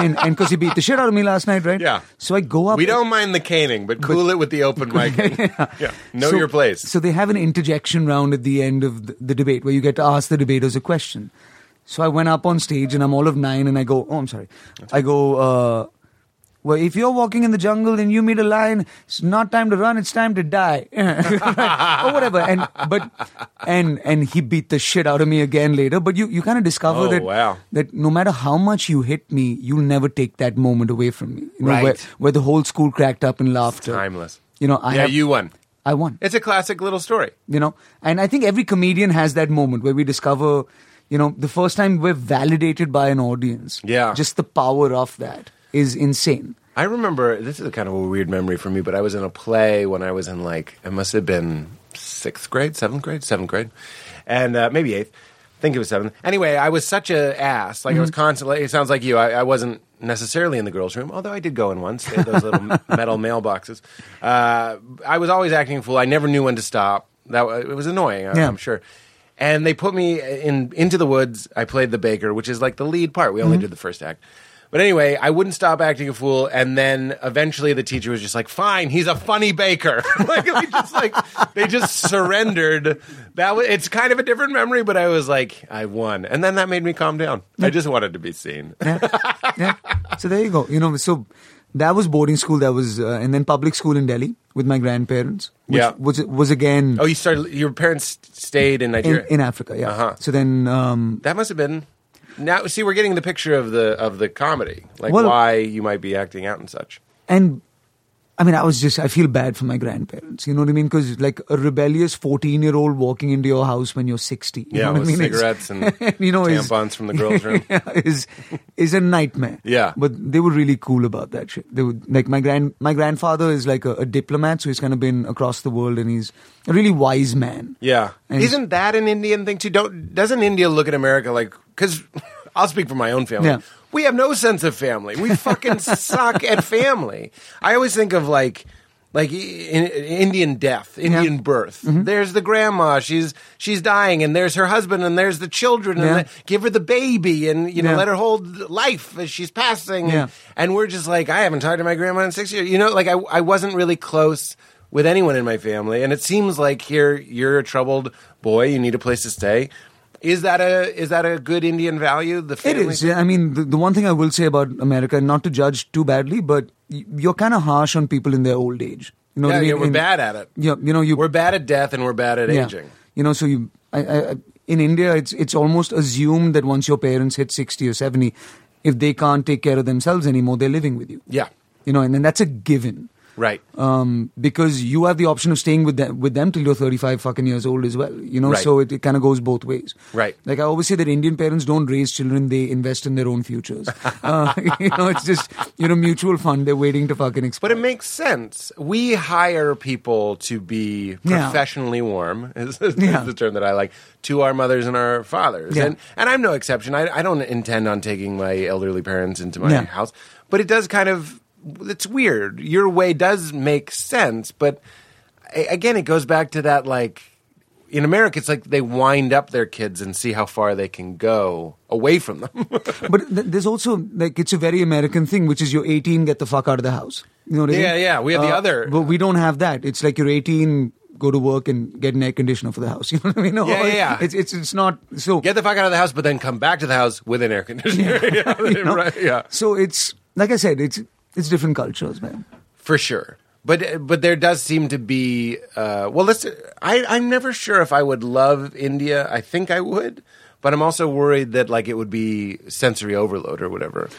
S5: and and because he beat the shit out of me last night right
S4: Yeah.
S5: so i go up
S4: We don't mind the caning, but cool it with the open mic. yeah. Know
S5: so-
S4: your place.
S5: So they have an interjection round at the end of the, the debate where you get to ask the debaters a question. So I went up on stage and I'm all of nine and I go, oh, I'm sorry. I go, uh, well, if you're walking in the jungle and you meet a lion, it's not time to run, it's time to die. Right? or whatever. And, but, and, and he beat the shit out of me again later. But you, you kind of discover
S4: Oh,
S5: that,
S4: wow.
S5: that no matter how much you hit me, you'll never take that moment away from me. You know,
S4: Right.
S5: where, where the whole school cracked up in laughter.
S4: Timeless.
S5: You know, I
S4: yeah,
S5: have-
S4: you won.
S5: I won
S4: It's a classic little story.
S5: you know and i think every comedian has that moment where we discover you know the first time we're validated by an audience
S4: Yeah.
S5: just the power of that is insane
S4: I remember this is kind of a weird memory for me, but I was in a play when I was in like it must have been sixth grade, seventh grade, seventh grade, and uh, maybe eighth. I think it was seventh. Anyway, I was such a ass. Like I was constantly. It sounds like you. I, I wasn't necessarily in the girls' room, although I did go in once. They had those little metal mailboxes. Uh, I was always acting a fool. I never knew when to stop. That wa- it was annoying. I,
S5: Yeah.
S4: I'm sure. And they put me in into the woods. I played the baker, which is like the lead part. We only
S5: Mm-hmm.
S4: did the first act. But anyway, I wouldn't stop acting a fool, and then eventually the teacher was just like, "Fine, he's a funny baker." like, they just like they just surrendered. That was, it's kind of a different memory, but I was like, "I won," and then that made me calm down. I just wanted to be seen.
S5: yeah so there you go you know so that was boarding school that was uh, and then public school in delhi with my grandparents which
S4: Yeah.
S5: was, was again
S4: Oh, you started. Your parents stayed in
S5: in,
S4: Nigeria.
S5: in africa yeah
S4: Uh-huh.
S5: so then um,
S4: that must have been. Now, see, we're getting the picture of the of the comedy, like
S5: Well-
S4: why you might be acting out and such.
S5: and I mean, I was just, I feel bad for my grandparents. You know what I mean? Because, like, a rebellious 14 year old walking into your house when you're 60. You
S4: Yeah,
S5: know what I
S4: with
S5: mean? It's-
S4: cigarettes and
S5: you know, is-
S4: tampons from the girls' room.
S5: yeah, is is a nightmare.
S4: Yeah.
S5: but they were really cool about that shit. They would like my grand my grandfather is like a, a diplomat, so he's kind of been across the world, and he's a really wise man.
S4: Yeah,
S5: And-
S4: isn't that an Indian thing too? Don't doesn't India look at America like? Because I'll speak for my own family.
S5: Yeah.
S4: We have no sense of family. We fucking suck at family. I always think of like. Like I- in, Indian death, Indian birth.
S5: Mm-hmm.
S4: There's the grandma; she's she's dying, and there's her husband, and there's the children, and
S5: Yeah.
S4: the- give her the baby, and you know
S5: Yeah.
S4: let her hold life as she's passing.
S5: Yeah.
S4: And, and we're just like, I haven't talked to my grandma in six years. You know, like I, I wasn't really close with anyone in my family, and it seems like here you're a troubled boy. You need a place to stay. Is that a is that a good Indian value? The
S5: It
S4: family?
S5: is. Yeah, I mean, the, the one thing I will say about America, not to judge too badly, but y- you're kind of harsh on people in their old age. You know
S4: Yeah,
S5: what I mean?
S4: yeah, we're
S5: In-
S4: bad at it.
S5: Yeah, you know, you
S4: We're bad at death, and we're bad at
S5: yeah.
S4: aging.
S5: You know, so you I, I, I- in India, it's it's almost assumed that once your parents hit sixty or seventy, if they can't take care of themselves anymore, they're living with you.
S4: Yeah,
S5: you know, and then that's a given.
S4: right.
S5: Um, because you have the option of staying with them with them till you're 35 fucking years old as well, you know.
S4: Right.
S5: So it, it kind of goes both ways.
S4: Right.
S5: Like I always say that Indian parents don't raise children; they invest in their own futures. uh, you know, it's just you know mutual fund. They're waiting to fucking
S4: But
S5: expire.
S4: it makes sense. We hire people to be
S5: Yeah.
S4: professionally warm, is, is
S5: Yeah.
S4: the term that I like, to our mothers and our fathers.
S5: Yeah.
S4: And, and I'm no exception. I, I don't intend on taking my elderly parents into my
S5: Yeah.
S4: house, but it does kind of it's weird. Your way does make sense, but a- again, it goes back to that like in America, it's like they wind up their kids and see how far they can go away from them.
S5: But th- there's also like it's a very American thing, which is you're 18, get the fuck out of the house. You know what I mean? Uh,
S4: Yeah, yeah, we have the other-
S5: but we don't have that. It's like you're 18, go to work and get an air conditioner for the house. You know what I mean? Or
S4: Yeah, yeah, yeah.
S5: It's it's it's not so.
S4: Get the fuck out of the house, but then come back to the house with an air conditioner. Yeah,
S5: you know?
S4: right, yeah.
S5: So it's like I said, it's it's different cultures, man.
S4: for sure. But but there does seem to be uh, well. Let's. I I'm never sure if I would love India. I think I would, but I'm also worried that like it would be sensory overload or whatever.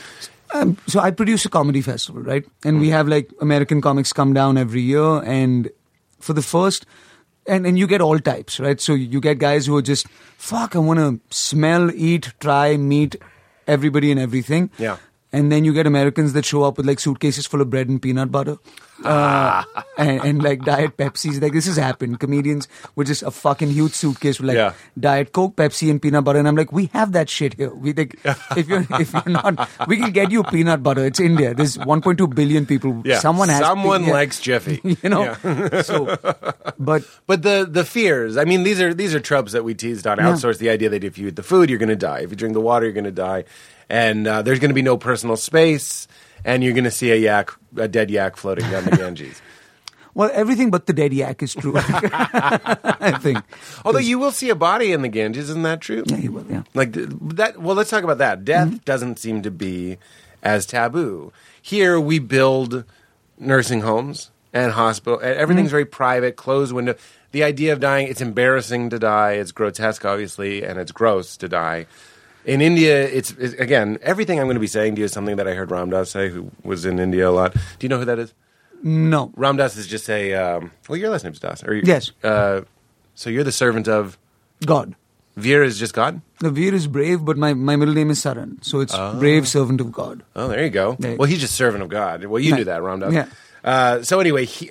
S5: Um, so I produce a comedy festival, right? And we have like American comics come down every year, and for the first, and and you get all types, right? So you get guys who are just fuck, I want to smell, eat, try, meet everybody and everything.
S4: Yeah.
S5: And then you get Americans that show up with like suitcases full of bread and peanut butter, uh, and, and like diet Pepsis. Like this has happened. Comedians with just a fucking huge suitcase with like
S4: Yeah.
S5: Diet Coke, Pepsi, and peanut butter. And I'm like, we have that shit here. We like, if you're if you're not, we can get you peanut butter. It's India. There's 1.2 billion people. Someone has
S4: someone
S5: pe- yeah,
S4: likes Jeffy.
S5: you know.
S4: Yeah.
S5: so, but
S4: But the the fears. I mean, these are these are tropes that we teased on outsource. The idea that if you eat the food, you're going to die. If you drink the water, you're going to die. And uh, there's going to be no personal space, and you're going to see a yak, a dead yak floating down the Ganges.
S5: well, everything but the dead yak is true. I think.
S4: Although you will see a body in the Ganges, isn't that true?
S5: Yeah, you will, yeah.
S4: Like th- that. Well, let's talk about that. Death doesn't seem to be as taboo here. We build nursing homes and hospital. and Everything's very private, closed window. The idea of dying, it's embarrassing to die. It's grotesque, obviously, and it's gross to die. In India, it's, it's again everything I'm going to be saying to you is something that I heard Ram Dass say, who was in India a lot. Do you know who that is?
S5: No.
S4: Ram Dass is just a um, well, your last name's Das. Or you,
S5: Yes.
S4: Uh, so you're the servant of
S5: God.
S4: Veer is just God.
S5: The Veer is brave, but my, my middle name is Saran, so it's
S4: Ah.
S5: brave servant of God.
S4: Oh, there you go.
S5: There you
S4: Well,
S5: go.
S4: he's just servant of God. Well, you
S5: Yeah.
S4: knew that, Ram Dass.
S5: Yeah.
S4: Uh, so anyway, he,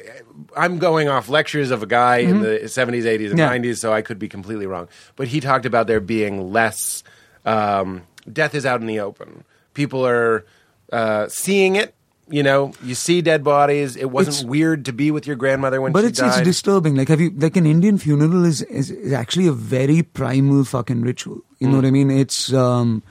S4: I'm going off lectures of a guy in the 70s, 80s,
S5: Mm-hmm.
S4: and
S5: Yeah.
S4: 90s, so I could be completely wrong. But he talked about there being less. Um, death is out in the open. People are uh, seeing it. You know, you see dead bodies. It wasn't
S5: It's-
S4: weird to be with your grandmother when
S5: But
S4: she
S5: it's
S4: died.
S5: it's disturbing. Like have you like an Indian funeral is is, is actually a very primal fucking ritual. You
S4: Hmm.
S5: know what I mean? It's um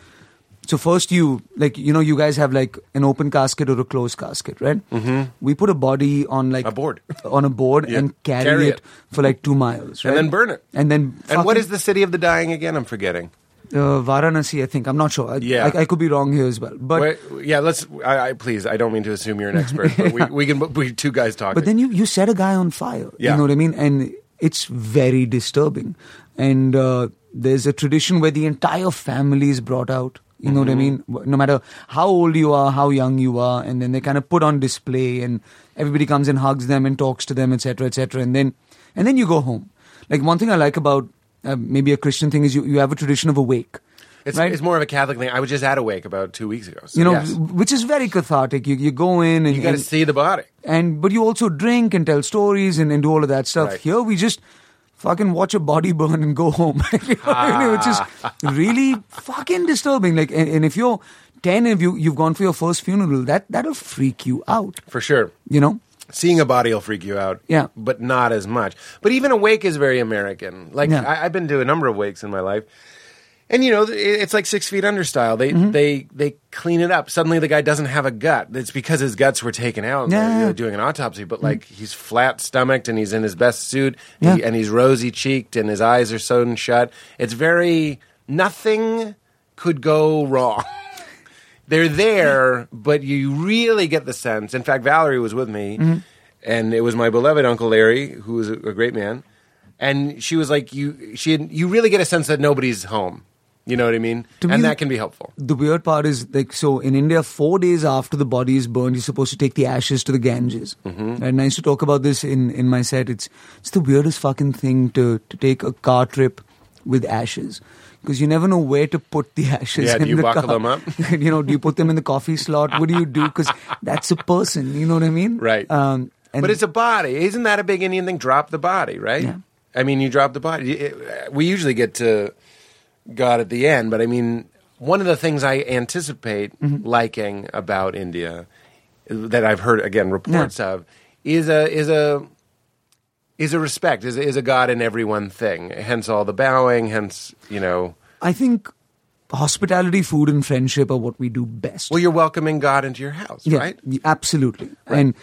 S5: so first you like you know you guys have like an open casket or a closed casket, right? Mm-hmm. We put a body on like
S4: A board.
S5: on a board
S4: Yeah.
S5: and carry,
S4: Carry
S5: it,
S4: it.
S5: for like two miles,
S4: And
S5: right?
S4: then burn it.
S5: And then
S4: and what
S5: fucking-
S4: is the city of the dying again? I'm forgetting.
S5: uh, Varanasi? I think I'm not sure. I,
S4: Yeah.
S5: I, I could be wrong here as well, but.
S4: Wait, yeah, let's. I, I please. I don't mean to assume you're an expert, but we, we can. We two guys talking.
S5: But then you, you set a guy on fire.
S4: Yeah.
S5: You know what I mean? And it's very disturbing. And uh, there's a tradition where the entire family is brought out. You know what
S4: Mm-hmm.
S5: I mean? W- No matter how old you are, how young you are, and then they kind of put on display, and everybody comes and hugs them and talks to them, etc., etc. And then, and then you go home. Like one thing I like about uh, maybe a Christian thing is you, you have a tradition of a wake.
S4: It's,
S5: right?
S4: it's more of a Catholic thing. I was just at a wake about two weeks ago. So
S5: you know,
S4: yes.
S5: which is very cathartic. You you go in and
S4: you got to
S5: and-
S4: see the body.
S5: and but you also drink and tell stories and, and do all of that stuff.
S4: Right.
S5: Here we just fucking watch a body burn and go home, You know what I mean? which is really fucking disturbing. Like, and, and if you're ten and you you've gone for your first funeral, that that'll freak you out.
S4: For sure.
S5: You know?
S4: Seeing a body will freak you out.
S5: Yeah.
S4: But not as much. But even a wake is very American. Like,
S5: Yeah.
S4: I, I've been to a number of wakes in my life. And, you know, it- it's like six feet under style. They,
S5: Mm-hmm.
S4: they, they clean it up. Suddenly the guy doesn't have a gut. It's because his guts were taken out. and
S5: Yeah,
S4: they're-
S5: yeah. Mm-hmm.
S4: they're doing an autopsy, but, like, he's flat stomached and he's in his best suit
S5: Yeah.
S4: he- and he's rosy cheeked and his eyes are sewn shut. It's very, nothing could go wrong. they're there, but you really get the sense. In fact, Valerie was with me,
S5: Mm-hmm.
S4: and it was my beloved Uncle Larry, who was a, a great man, and she was like, "You, she, had, you really get a sense that nobody's home." You know what I mean?
S5: To me,
S4: and that
S5: the-
S4: can be helpful.
S5: The weird part is like so in India, four days after the body is burned, you're supposed to take the ashes to the Ganges. Mm-hmm. And I used to talk about this in, in my set. It's it's the weirdest fucking thing to to take a car trip with ashes. Because you never know where to put the ashes.
S4: Yeah, do
S5: in
S4: you
S5: the
S4: buckle
S5: car.
S4: them up?
S5: you know, do you put them in the coffee slot? What do you do? Because that's a person. You know what I mean?
S4: Right.
S5: Um, and
S4: but it's a body. Isn't that a big Indian thing? Drop the body, right?
S5: Yeah.
S4: I mean, you drop the body. It- we usually get to God at the end, but
S5: Mm-hmm.
S4: I mean, one of the things I anticipate liking about India that I've heard again reports of is a is a is a respect is a, is a God in everyone thing. Hence all the bowing. Hence you know.
S5: I think hospitality, food, and friendship are what we do best.
S4: Well, you're welcoming God into your house,
S5: Yeah,
S4: right?
S5: y- Absolutely. And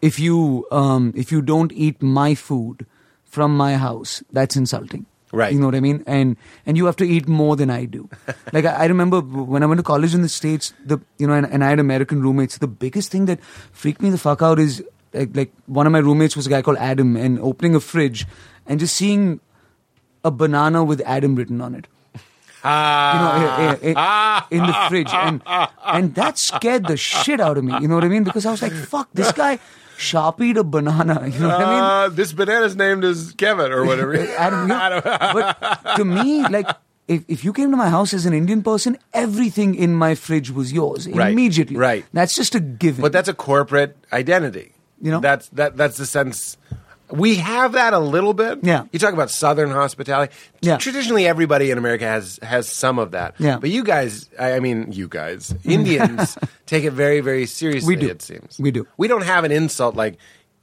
S5: if you um, if you don't eat my food from my house, that's insulting.
S4: Right.
S5: You know what I mean? And and you have to eat more than I do. like I, I remember when I went to college in the states, the you know, and, and I had American roommates. The biggest thing that freaked me the fuck out is like like one of my roommates was a guy called Adam, and opening a fridge and just seeing a banana with Adam written on it you know, in- in, in- in the fridge, and and that scared the shit out of me. You know what I mean? Because I was like, "Fuck, this guy sharpied a banana." You know what I mean?
S4: uh, this banana's named is Kevin or whatever.
S5: Adam, you know, but to me, like, if, if you came to my house as an Indian person, everything in my fridge was yours
S4: Right,
S5: immediately.
S4: right.
S5: That's just a given.
S4: But that's a corporate identity.
S5: You know?
S4: that's that that's the sense we have that a little bit.
S5: Yeah.
S4: you talk about Southern hospitality.
S5: Yeah.
S4: traditionally everybody in America has has some of that.
S5: Yeah.
S4: but you guys, I, I mean, you guys, Indians take it very very seriously.
S5: We do.
S4: It seems
S5: We do.
S4: We don't have an insult like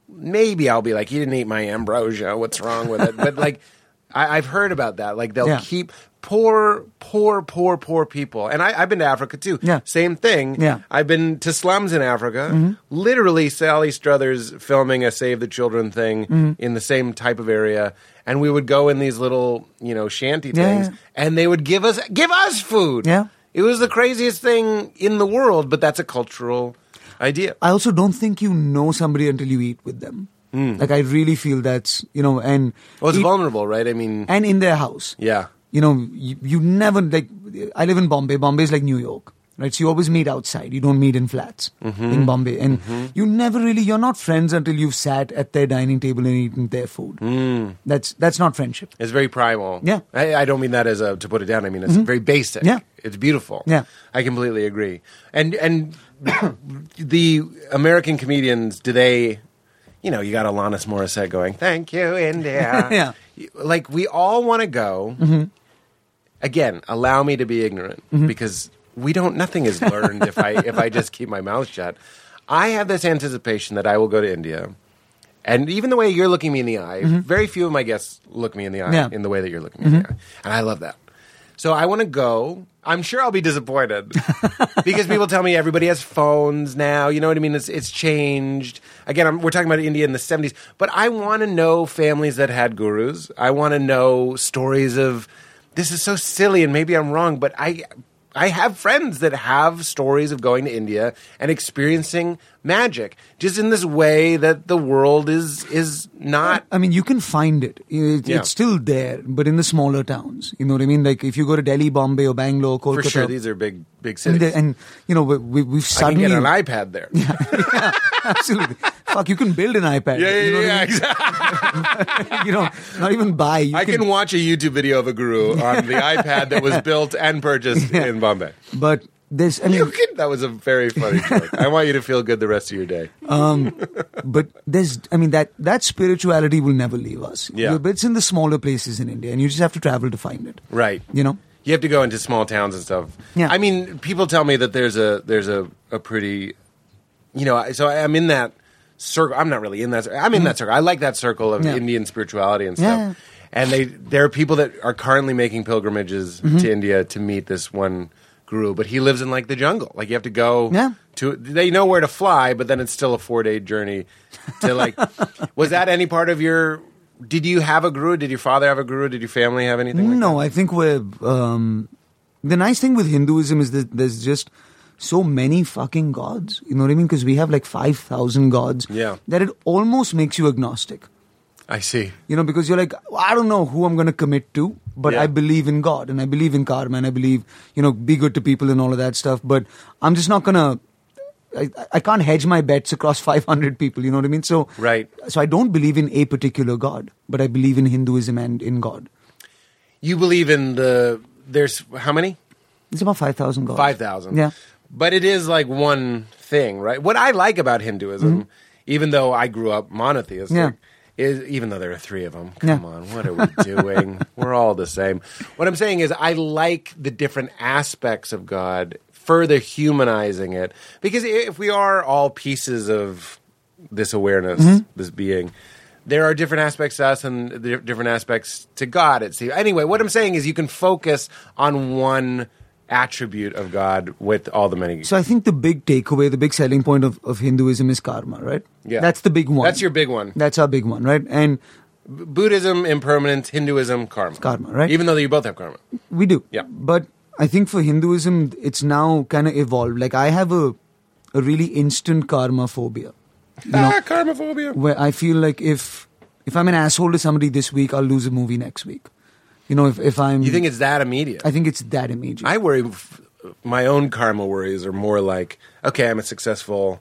S4: maybe I'll be like he didn't eat my ambrosia. What's wrong with it? but like I, I've heard about that. Like they'll
S5: Yeah.
S4: keep. Poor, poor, poor, poor people, and I, I've been to Africa too.
S5: Yeah.
S4: Same thing.
S5: Yeah. Mm-hmm.
S4: I've been to slums in Africa. Literally, Sally Struthers filming a Save the Children thing
S5: Mm-hmm.
S4: in the same type of area, and we would go in these little, you know, shanty
S5: Yeah,
S4: things,
S5: yeah.
S4: and they would give us give us food.
S5: Yeah.
S4: it was the craziest thing in the world, but that's a cultural idea.
S5: I also don't think you know somebody until you eat with them. Like, I really feel that's you know, and
S4: Hmm. Well, it's
S5: eat-
S4: vulnerable, right? I mean,
S5: and in their house.
S4: yeah,
S5: you know, you, you never like. I live in Bombay. Bombay is like New York, right? So you always meet outside. You don't meet in flats
S4: Mm-hmm.
S5: in Bombay, and you never really you're not friends until you've sat at their dining table and eaten their food.
S4: Mm.
S5: That's that's not friendship.
S4: it's very primal.
S5: Yeah. Mm-hmm.
S4: I, I don't mean that as a to put it down. I mean it's very basic.
S5: Yeah.
S4: it's beautiful.
S5: Yeah.
S4: I completely agree. And and the American comedians, do they? You know, you got Alanis Morissette going, "Thank you, India."
S5: Yeah. Mm-hmm.
S4: You- like we all want to go. Again, allow me to be ignorant because we don't. Nothing is learned if I if I just keep my mouth shut. I have this anticipation that I will go to India, and even the way you're looking me in the eye, very few of my guests look me in the eye
S5: Mm-hmm. Yeah.
S4: in the way that you're looking me in the
S5: Mm-hmm.
S4: eye, and I love that. So I want to go. I'm sure I'll be disappointed because people tell me everybody has phones now. You know what I mean? It's it's changed. Again, I'm, we're talking about India in the 70s, but I want to know families that had gurus. I want to know stories of this is so silly and maybe I'm wrong, but I I have friends that have stories of going to India and experiencing magic just in this way that the world is is not
S5: I mean, you can find it. It-
S4: Yeah.
S5: It's still there, but in the smaller towns. You know what I mean? Like if you go to Delhi, Bombay, or Bangalore, Kolkata,
S4: for sure these are big big
S5: and,
S4: cities.
S5: the- and, you know we, we, we've
S4: I can
S5: suddenly
S4: get an iPad there.
S5: absolutely fuck. You can build an iPad.
S4: Yeah, yeah,
S5: you know what I
S4: yeah,
S5: mean?
S4: exactly.
S5: You know, not even buy. You
S4: I can watch a YouTube video of a guru on the iPad that was built and purchased in Bombay.
S5: but there's. I mean,
S4: You can, that was a very funny joke. I want you to feel good the rest of your day.
S5: but there's i mean that that spirituality will never leave us
S4: Yeah.
S5: but it's in the smaller places in india and you just have to travel to find it
S4: Right.
S5: you know
S4: You have to go into small towns and stuff.
S5: Yeah.
S4: I mean, people tell me that there's a there's a, a pretty, you know. I- So I'm in that circle. I'm not really in that. cir- I'm in that circle. I like that circle of
S5: Mm-hmm. Yeah.
S4: Indian spirituality and
S5: Yeah,
S4: stuff. And they there are people that are currently making pilgrimages
S5: Mm-hmm.
S4: to India to meet this one guru, but he lives in like the jungle. Like you have to go
S5: Yeah.
S4: to. They know where to fly, but then it's still a four day journey. To like, was that any part of your? Did you have a guru? Did your father have a guru? Did your family have anything? like
S5: no i think we're um, the nice thing with hinduism is that there's just so many fucking gods you know what i mean because we have like 5000 gods
S4: Yeah.
S5: that it almost makes you agnostic
S4: that? I see.
S5: you know because you're like i don't know who i'm going to commit to but
S4: Yeah.
S5: i believe in god and i believe in karma and i believe you know be good to people and all of that stuff but i'm just not going to I, I can't hedge my bets across 500 people you know what i mean so
S4: Right.
S5: so i don't believe in a particular god but i believe in hinduism and in god
S4: You believe in the there's how many?
S5: it's about 5000 gods
S4: Five thousand.
S5: yeah
S4: But it is like one thing, right? What I like about Hinduism, even though I grew up monotheistic,
S5: Mm-hmm. Yeah.
S4: is even though there are three of them.
S5: Yeah.
S4: Come on, what are we doing? We're all the same. What I'm saying is, I like the different aspects of God, further humanizing it, because i- if we are all pieces of this awareness,
S5: Mm-hmm.
S4: this being. There are different aspects to us and there are different aspects to God. It seems. Anyway, what I'm saying is you can focus on one attribute of God with all the many.
S5: So I think the big takeaway, the big selling point of, of Hinduism is karma, right?
S4: Yeah.
S5: That's the big one.
S4: That's your big one.
S5: That's our big one, right? And
S4: Buddhism, impermanence, Hinduism, karma.
S5: Karma, right?
S4: Even though you both have karma.
S5: we do.
S4: Yeah.
S5: But I think for Hinduism, it's now kind of evolved. Like I have a, a really instant karma phobia.
S4: Ah, karma phobia.
S5: where I feel like if if I'm an asshole to somebody this week, I'll lose a movie next week. You know, if if I'm
S4: You think it's that immediate?
S5: I think it's that immediate.
S4: I worry. f- My own karma worries are more like, okay, I'm a successful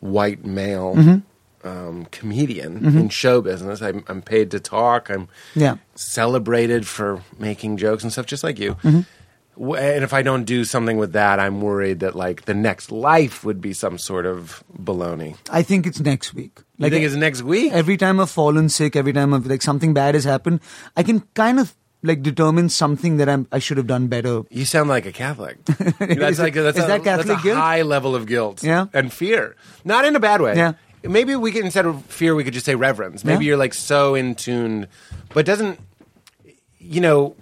S4: white male
S5: Mm-hmm.
S4: um, comedian in show business. I'm, I'm paid to talk. I'm
S5: Yeah.
S4: celebrated for making jokes and stuff, just like you.
S5: Mm-hmm.
S4: W And if I don't do something with that, I'm worried that like the next life would be some sort of baloney.
S5: I think it's next week.
S4: you think it's next week?
S5: every time I've fallen sick, every time I've like something bad has happened, I can kind of like determine something that I'm I should have done better.
S4: You sound like a Catholic. That's
S5: it-
S4: like that's
S5: is that
S4: a, that's a
S5: Catholic guilt?
S4: high level of guilt
S5: Yeah.
S4: and fear. Not in a bad way.
S5: Yeah.
S4: Maybe we could instead of fear we could just say reverence. Maybe
S5: Yeah.
S4: you're like so in tune but doesn't you know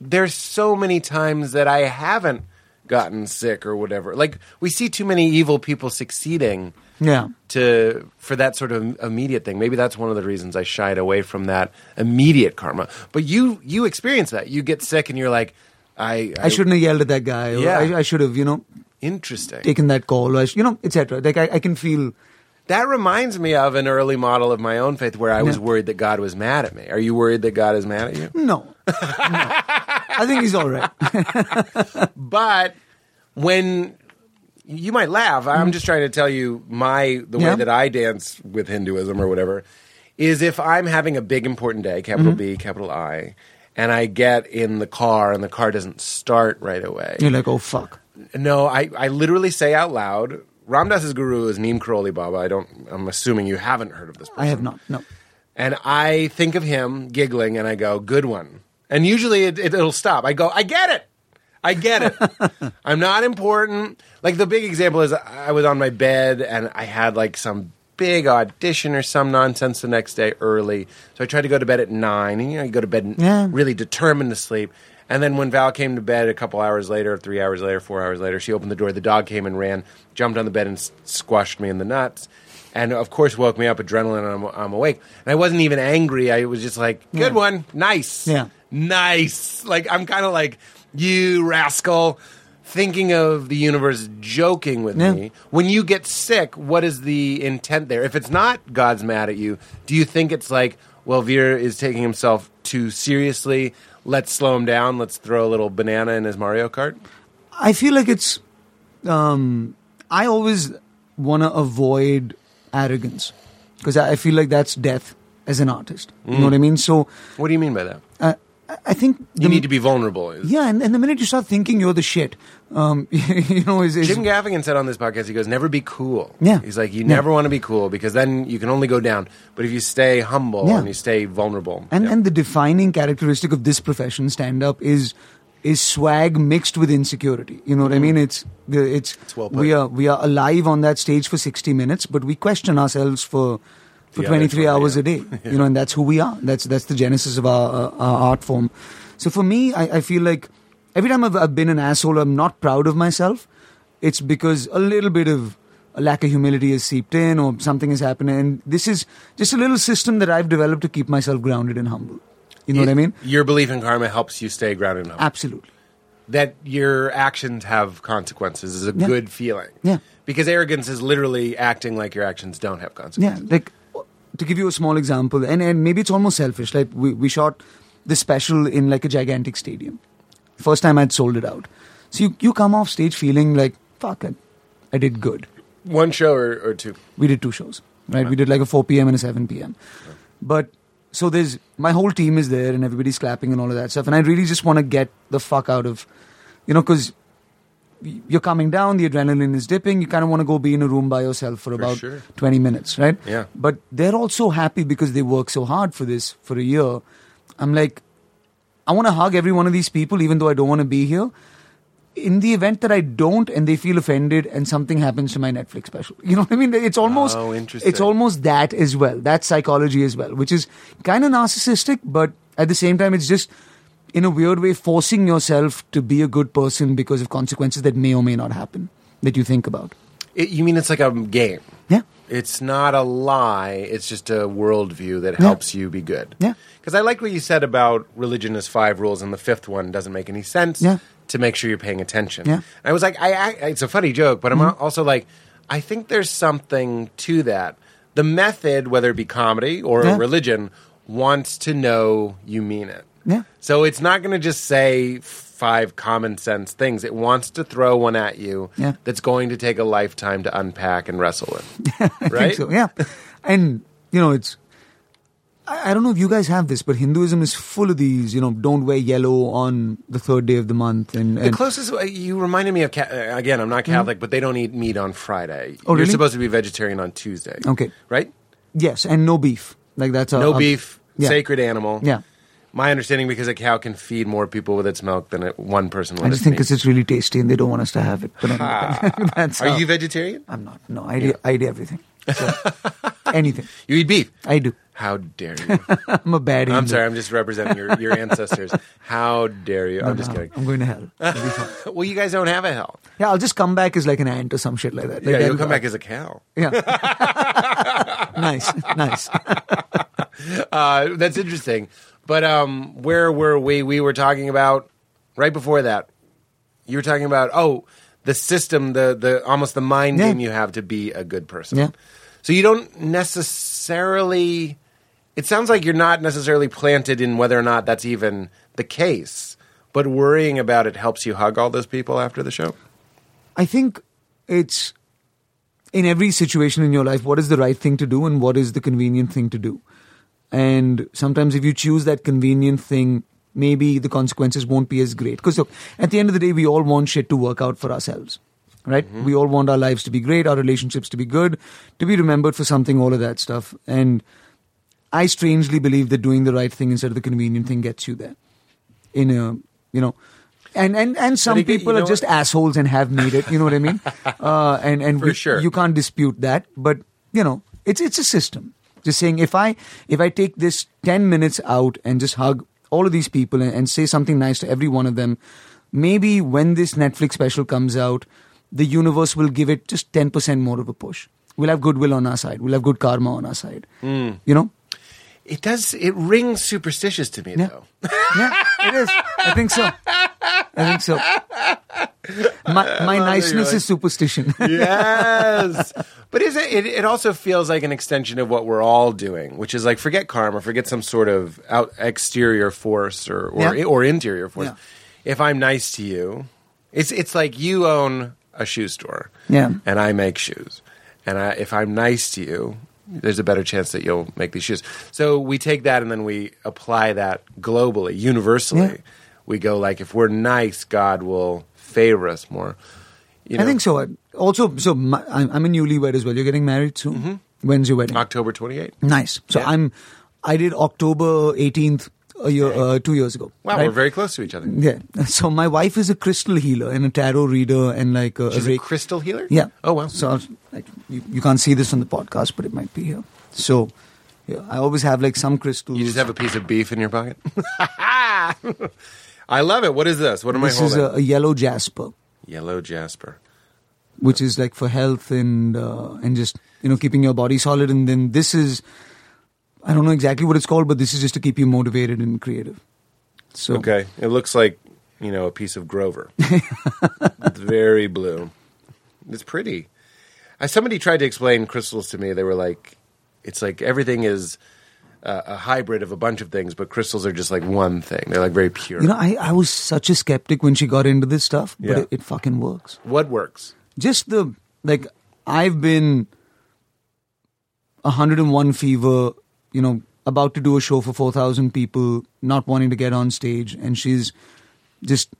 S4: there's so many times that I haven't gotten sick or whatever. Like we see too many evil people succeeding
S5: Yeah.
S4: to for that sort of immediate thing. Maybe that's one of the reasons I shied away from that immediate karma. But you you experience that. You get sick and you're like, I
S5: I shouldn't have yelled at that guy. Or
S4: Yeah.
S5: I, I should have, you know,
S4: Interesting.
S5: taken that call. Or I sh- you know, etc. Like I, I can feel.
S4: that reminds me of an early model of my own faith where I was
S5: Yeah.
S4: worried that God was mad at me. Are you worried that God is mad at you?
S5: No, no. I think he's all right.
S4: but when you might laugh, I'm just trying to tell you my the
S5: Mm-hmm. Yeah.
S4: way that I dance with Hinduism or whatever is if I'm having a big important day, capital
S5: Mm-hmm.
S4: B, capital I, and I get in the car and the car doesn't start right away.
S5: You're like, oh fuck.
S4: No, I, I literally say out loud. Ramdas's guru is Neem Karoli Baba. I don't. I'm assuming you haven't heard of this. person.
S5: I have not. No.
S4: And I think of him giggling and I go, good one. And usually it, it, it'll stop. I go, I get it. I get it. I'm not important. Like the big example is I was on my bed and I had like some big audition or some nonsense the next day early. So I tried to go to bed at nine. And you know, you go to bed
S5: Yeah.
S4: really determined to sleep. And then when Val came to bed a couple hours later, three hours later, four hours later, she opened the door. The dog came and ran, jumped on the bed and s- squashed me in the nuts. And of course, woke me up, adrenaline, and I'm, I'm awake. And I wasn't even angry. I was just like, good one, nice.
S5: Yeah.
S4: Nice. Like, I'm kind of like, you rascal, thinking of the universe joking with
S5: Yeah.
S4: me. When you get sick, what is the intent there? If it's not God's mad at you, do you think it's like, well, Veer is taking himself too seriously? Let's slow him down. Let's throw a little banana in his Mario Kart.
S5: I feel like it's. Um, I always want to avoid arrogance because I I feel like that's death as an artist. You know what I mean? So
S4: What do you mean by that?
S5: uh, I- I think the,
S4: Mm. You need to be vulnerable.
S5: yeah, and, and the minute you start thinking you're the shit, um, you know, is, is
S4: Jim Gaffigan said on this podcast, he goes, "Never be cool."
S5: Yeah.
S4: he's like, "You
S5: Yeah.
S4: never want to be cool because then you can only go down. But if you stay humble
S5: Yeah.
S4: and you stay vulnerable,
S5: and
S4: yeah.
S5: and the defining characteristic of this profession, stand up, is is swag mixed with insecurity. You know what I mean? It's the it's,
S4: Mm. well put.
S5: we are we are alive on that stage for sixty minutes, but we question ourselves for for
S4: The other
S5: twenty three
S4: 20,
S5: hours
S4: yeah.
S5: a day. You know, and that's who we are. That's that's the genesis of our uh, our art form. So for me, I, I feel like every time I've, I've been an asshole, I'm not proud of myself. It's because a little bit of a lack of humility has seeped in, or something has happened, and this is just a little system that I've developed to keep myself grounded and humble. You know what I mean?
S4: your belief in karma helps you stay grounded enough
S5: Absolutely.
S4: that your actions have consequences is a
S5: Yeah.
S4: good feeling.
S5: Yeah.
S4: because arrogance is literally acting like your actions don't have
S5: Yeah,
S4: consequences.
S5: like to give you a small example, and, and maybe it's almost selfish. Like we, we shot the special in like a gigantic stadium. First time I'd sold it out. So you, you come off stage feeling like, fuck it, I did good.
S4: One show or, or two.
S5: We did two shows, right? We did like a 4 p.m. and a 7 p.m. But so there's my whole team is there and everybody's clapping and all of that stuff. And I really just want to get the fuck out of, you know, because you're coming down, the adrenaline is dipping, you kind of want to go be in a room by yourself for, about
S4: sure.
S5: 20 minutes, right?
S4: Yeah.
S5: But they're also happy because they work so hard for this for a year. I'm like, I want to hug every one of these people, even though I don't want to be here. In the event that I don't, and they feel offended, and something happens to my Netflix special, you know what I mean? It's almost,
S4: Oh, interesting.
S5: it's almost that as well. That psychology as well, which is kind of narcissistic, but at the same time, it's just in a weird way forcing yourself to be a good person because of consequences that may or may not happen that you think about.
S4: It, you mean it's like a game?
S5: Yeah.
S4: It's not a lie. It's just a worldview that
S5: Yeah.
S4: helps you be good.
S5: Yeah.
S4: Because I like what you said about religion is five rules, and the fifth one doesn't make any sense.
S5: Yeah.
S4: To make sure you're paying attention.
S5: Yeah. Mm-hmm.
S4: I was like, I, I it's a funny joke, but I'm al- also like, I think there's something to that. The method, whether it be comedy or
S5: Yeah.
S4: religion, wants to know you mean it.
S5: Yeah.
S4: So it's not going to just say five common sense things. It wants to throw one at you
S5: Yeah.
S4: that's going to take a lifetime to unpack and wrestle with.
S5: think
S4: right?
S5: so, yeah. and you know, it's I, I don't know if you guys have this, but Hinduism is full of these. You know, don't wear yellow on the third day of the month, and,
S4: The
S5: and
S4: closest uh, you reminded me of Ca- uh, again, I'm not Catholic, but they don't eat meat on Friday.
S5: Oh,
S4: You're
S5: really?
S4: supposed to be vegetarian on Tuesday.
S5: Okay.
S4: right?
S5: yes, and no beef. Like that's a,
S4: No
S5: a-
S4: beef,
S5: yeah.
S4: sacred animal.
S5: Yeah,
S4: My understanding, because a cow can feed more people with its milk than it, one person with
S5: I just
S4: its
S5: think
S4: meat.
S5: because it's really tasty, and they don't want us to have it. But anyway, that's
S4: Ah. Are
S5: how-
S4: you vegetarian?
S5: I'm not. No, I do. I do everything. So, anything.
S4: You eat beef.
S5: I do.
S4: How dare you?
S5: I'm a bad.
S4: I'm
S5: Hindu.
S4: sorry. I'm just representing your, your ancestors. How dare you? I'm just kidding.
S5: I'm going to hell. It'll be fun.
S4: Well, you guys don't have a hell.
S5: yeah, I'll just come back as like an ant or some shit like that. Like,
S4: Yeah,
S5: that'll
S4: you'll come
S5: be-
S4: back as a cow.
S5: Yeah. nice, nice.
S4: Uh, that's interesting. But um, where were we? We were talking about right before that. You were talking about oh, the system, the the almost the mind
S5: Yeah.
S4: game you have to be a good person.
S5: Yeah.
S4: So you don't necessarily. It sounds like you're not necessarily planted in whether or not that's even the case. But worrying about it helps you hug all those people after the show.
S5: I think it's in every situation in your life what is the right thing to do and what is the convenient thing to do. And sometimes if you choose that convenient thing, maybe the consequences won't be as great. Because look, at the end of the day, we all want shit to work out for ourselves. Right?
S4: Mm-hmm.
S5: We all want our lives to be great, our relationships to be good, to be remembered for something, all of that stuff. And I strangely believe that doing the right thing instead of the convenient thing gets you there. In a you know and and, and some
S4: it- you
S5: people
S4: know
S5: are just
S4: what?
S5: assholes and have made it, you know what I mean? Uh, and and
S4: For
S5: we-
S4: sure.
S5: you can't dispute that, but you know, it's it's a system. Just saying if I if I take this ten minutes out and just hug all of these people and, and say something nice to every one of them, maybe when this Netflix special comes out, the universe will give it just ten percent more of a push. We'll have goodwill on our side. We'll have good karma on our side.
S4: Hmm.
S5: You know?
S4: It does. It rings superstitious to me,
S5: Yeah.
S4: though.
S5: Yeah, it is. I think so. I think so. My, my
S4: love that you're
S5: niceness
S4: like-
S5: is superstition.
S4: yes. But is it, it? It also feels like an extension of what we're all doing, which is like forget karma, forget some sort of out exterior force or or,
S5: Yeah.
S4: or interior force.
S5: Yeah.
S4: If I'm nice to you, it's it's like you own a shoe store,
S5: Yeah.
S4: and I make shoes, and I, if I'm nice to you. There's a better chance that you'll make these shoes. So we take that and then we apply that globally, universally.
S5: Yeah.
S4: We go like, if we're nice, God will favor us more. You
S5: I think so. Also, so my, I'm, I'm a newlywed as well. You're getting married soon. When's your wedding?
S4: Mm-hmm. October 28th.
S5: nice. So I'm. I did October 18th a year, uh, two years ago.
S4: Wow,
S5: right?
S4: we're very close to each other.
S5: Yeah. So my wife is a crystal healer and a tarot reader and like a,
S4: She's a
S5: Reiki-
S4: crystal healer?
S5: Yeah.
S4: Oh, wow.
S5: So I was, like, you, you can't see this on the podcast, but it might be here. So yeah, I always have like some crystals.
S4: you just have a piece of beef in your pocket? I love it. What is this? What am I
S5: this is
S4: holding?
S5: a, a yellow jasper.
S4: Yellow jasper.
S5: which is like for health and uh, and just you know keeping your body solid and then this is i don't know exactly what it's called but this is just to keep you motivated and creative so
S4: Okay. It looks like, you know, a piece of Grover. it's very blue. It's pretty. Uh, somebody tried to explain crystals to me. They were like, it's like everything is uh, a hybrid of a bunch of things, but crystals are just like one thing. They're like very pure.
S5: you know I, I was such a skeptic when she got into this stuff but
S4: Yeah.
S5: it, it fucking works
S4: what works?
S5: just the like i've been 101 fever you know about to do a show for 4000 people not wanting to get on stage and she's just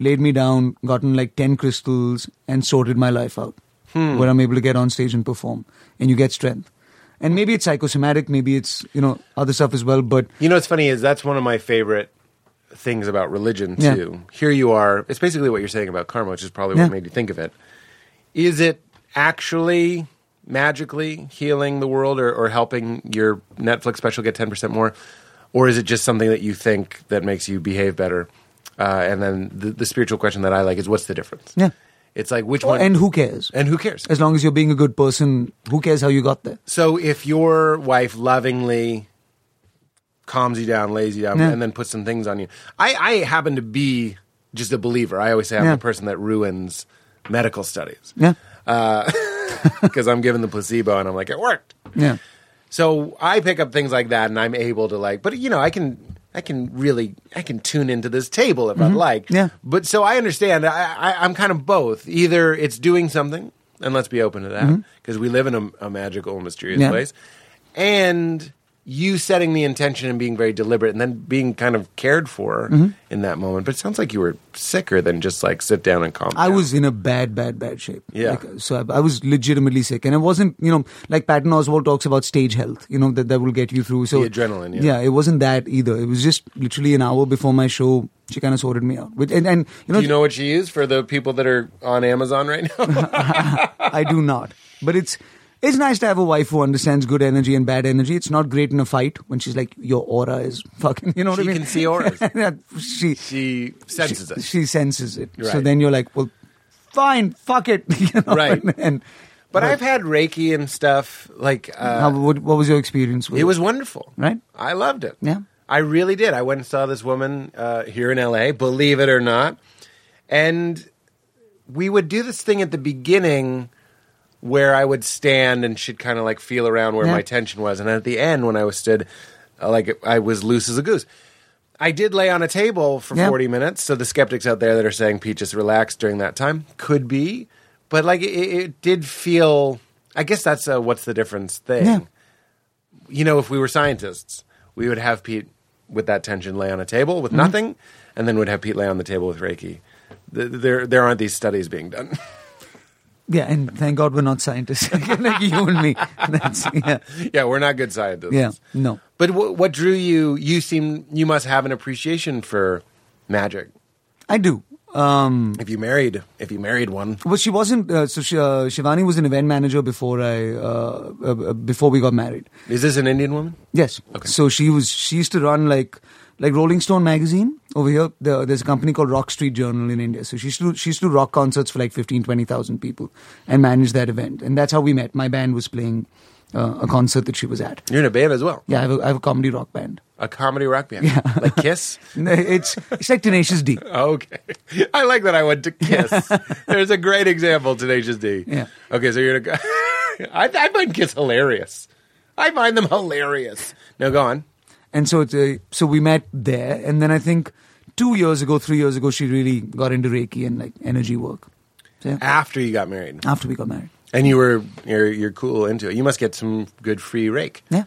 S5: laid me down, gotten like 10 crystals, and sorted my life out where I'm able to get on stage and perform. And you get strength. And maybe it's psychosomatic, maybe it's, you know, other stuff as well, but
S4: You know what's funny is that's one of my favorite things about religion
S5: Yeah.
S4: too. Here you are. It's basically what you're saying about karma, which is probably
S5: Yeah.
S4: what made you think of it. Is it actually magically healing the world or, or helping your Netflix special get 10% more? Or is it just something that you think that makes you behave better? Uh, and then the, the spiritual question that I like is what's the difference?
S5: Yeah.
S4: It's like which one
S5: and who cares?
S4: and who cares?
S5: As long as you're being a good person, who cares how you got there?
S4: So if your wife lovingly calms you down, lays you down,
S5: Yeah.
S4: and then puts some things on you, I, I happen to be just a believer. I always say I'm
S5: Yeah.
S4: the person that ruins medical studies
S5: Yeah.
S4: because I'm given the placebo and I'm like, it worked.
S5: Yeah.
S4: So I pick up things like that and I'm able to like, but you know, I can. I can really, I can tune into this table if I'd like.
S5: Mm-hmm. Yeah.
S4: But so I understand. I, I, I'm kind of both. Either it's doing something, and let's be open to that, because we live in a, a magical, mysterious
S5: Mm-hmm. Yeah.
S4: place, and you setting the intention and being very deliberate, and then being kind of cared for
S5: Mm-hmm.
S4: in that moment. But it sounds like you were sicker than just like sit down and calm.
S5: I
S4: down.
S5: was in a bad, bad, bad shape.
S4: Yeah.
S5: Like, so I, I was legitimately sick, and it wasn't, you know, like Patton Oswald talks about stage health. You know that that will get you through. So
S4: The adrenaline, yeah.
S5: it wasn't that either. It was just literally an hour before my show. She kind of sorted me out. With, and, and you know,
S4: Do you know what you use for the people that are on Amazon right now?
S5: I do not. But it's it's nice to have a wife who understands good energy and bad energy. It's not great in a fight when she's like, "Your aura is fucking," you know what
S4: She
S5: I mean?
S4: can see auras.
S5: Yeah, she
S4: she senses
S5: she,
S4: it.
S5: She senses it. So
S4: Right.
S5: then you're like, "Well, fine, fuck it," you know?
S4: Right.
S5: And, and-
S4: But I've had Reiki and stuff. Like uh,
S5: How, what, what was your experience with
S4: it was wonderful,
S5: Right.
S4: I loved it.
S5: Yeah.
S4: I really did. I went and saw this woman uh, here in L.A. Believe it or not, and we would do this thing at the beginning where I would stand and she'd kind of like feel around where
S5: Yeah.
S4: my tension was, and at the end when I was stood, uh, like I was loose as a goose. I did lay on a table for
S5: Yeah.
S4: 40 minutes, so the skeptics out there that are saying Pete just relaxed during that time could be, but like it, it did feel. I guess that's a what's the difference thing.
S5: Yeah.
S4: You know, if we were scientists, we would have Pete with that tension lay on a table
S5: Mm-hmm.
S4: with nothing, and then would have Pete lay on the table with Reiki. Th- There, there aren't these studies being done.
S5: Yeah, and thank God we're not scientists like you and me. That's, yeah,
S4: yeah, we're not good scientists.
S5: yeah, no.
S4: But wh- what drew you? You seem you must have an appreciation for magic.
S5: I do. Um,
S4: If you married, if you married one,
S5: well, she wasn't. Uh, so she, uh, Shivani was an event manager before I uh, uh, uh, before we got married.
S4: is this an Indian woman?
S5: Yes. Okay. So she was she used to run like like Rolling Stone magazine over here. The, there's a company called Rock Street Journal in India. So she used to she used to do rock concerts for like 15, 20,000 people and manage that event. And that's how we met. My band was playing uh, a concert that she was at.
S4: You're in a band as well,
S5: Yeah, I have a, I have a comedy rock band.
S4: a comedy rock band, like Kiss. Oh,
S5: No, It's it's like Tenacious D.
S4: Okay, I like that. I went to Kiss. There's a great example, Tenacious D.
S5: Yeah.
S4: Okay, so you're. A, I, I find Kiss hilarious. I find them hilarious. Now go on.
S5: And so it's a, so we met there, and then I think two years ago, three years ago, she really got into Reiki and like energy work. So, yeah,
S4: After you got married,
S5: after we got married,
S4: and you were you're, you're cool into it, you must get some good free rake,
S5: yeah,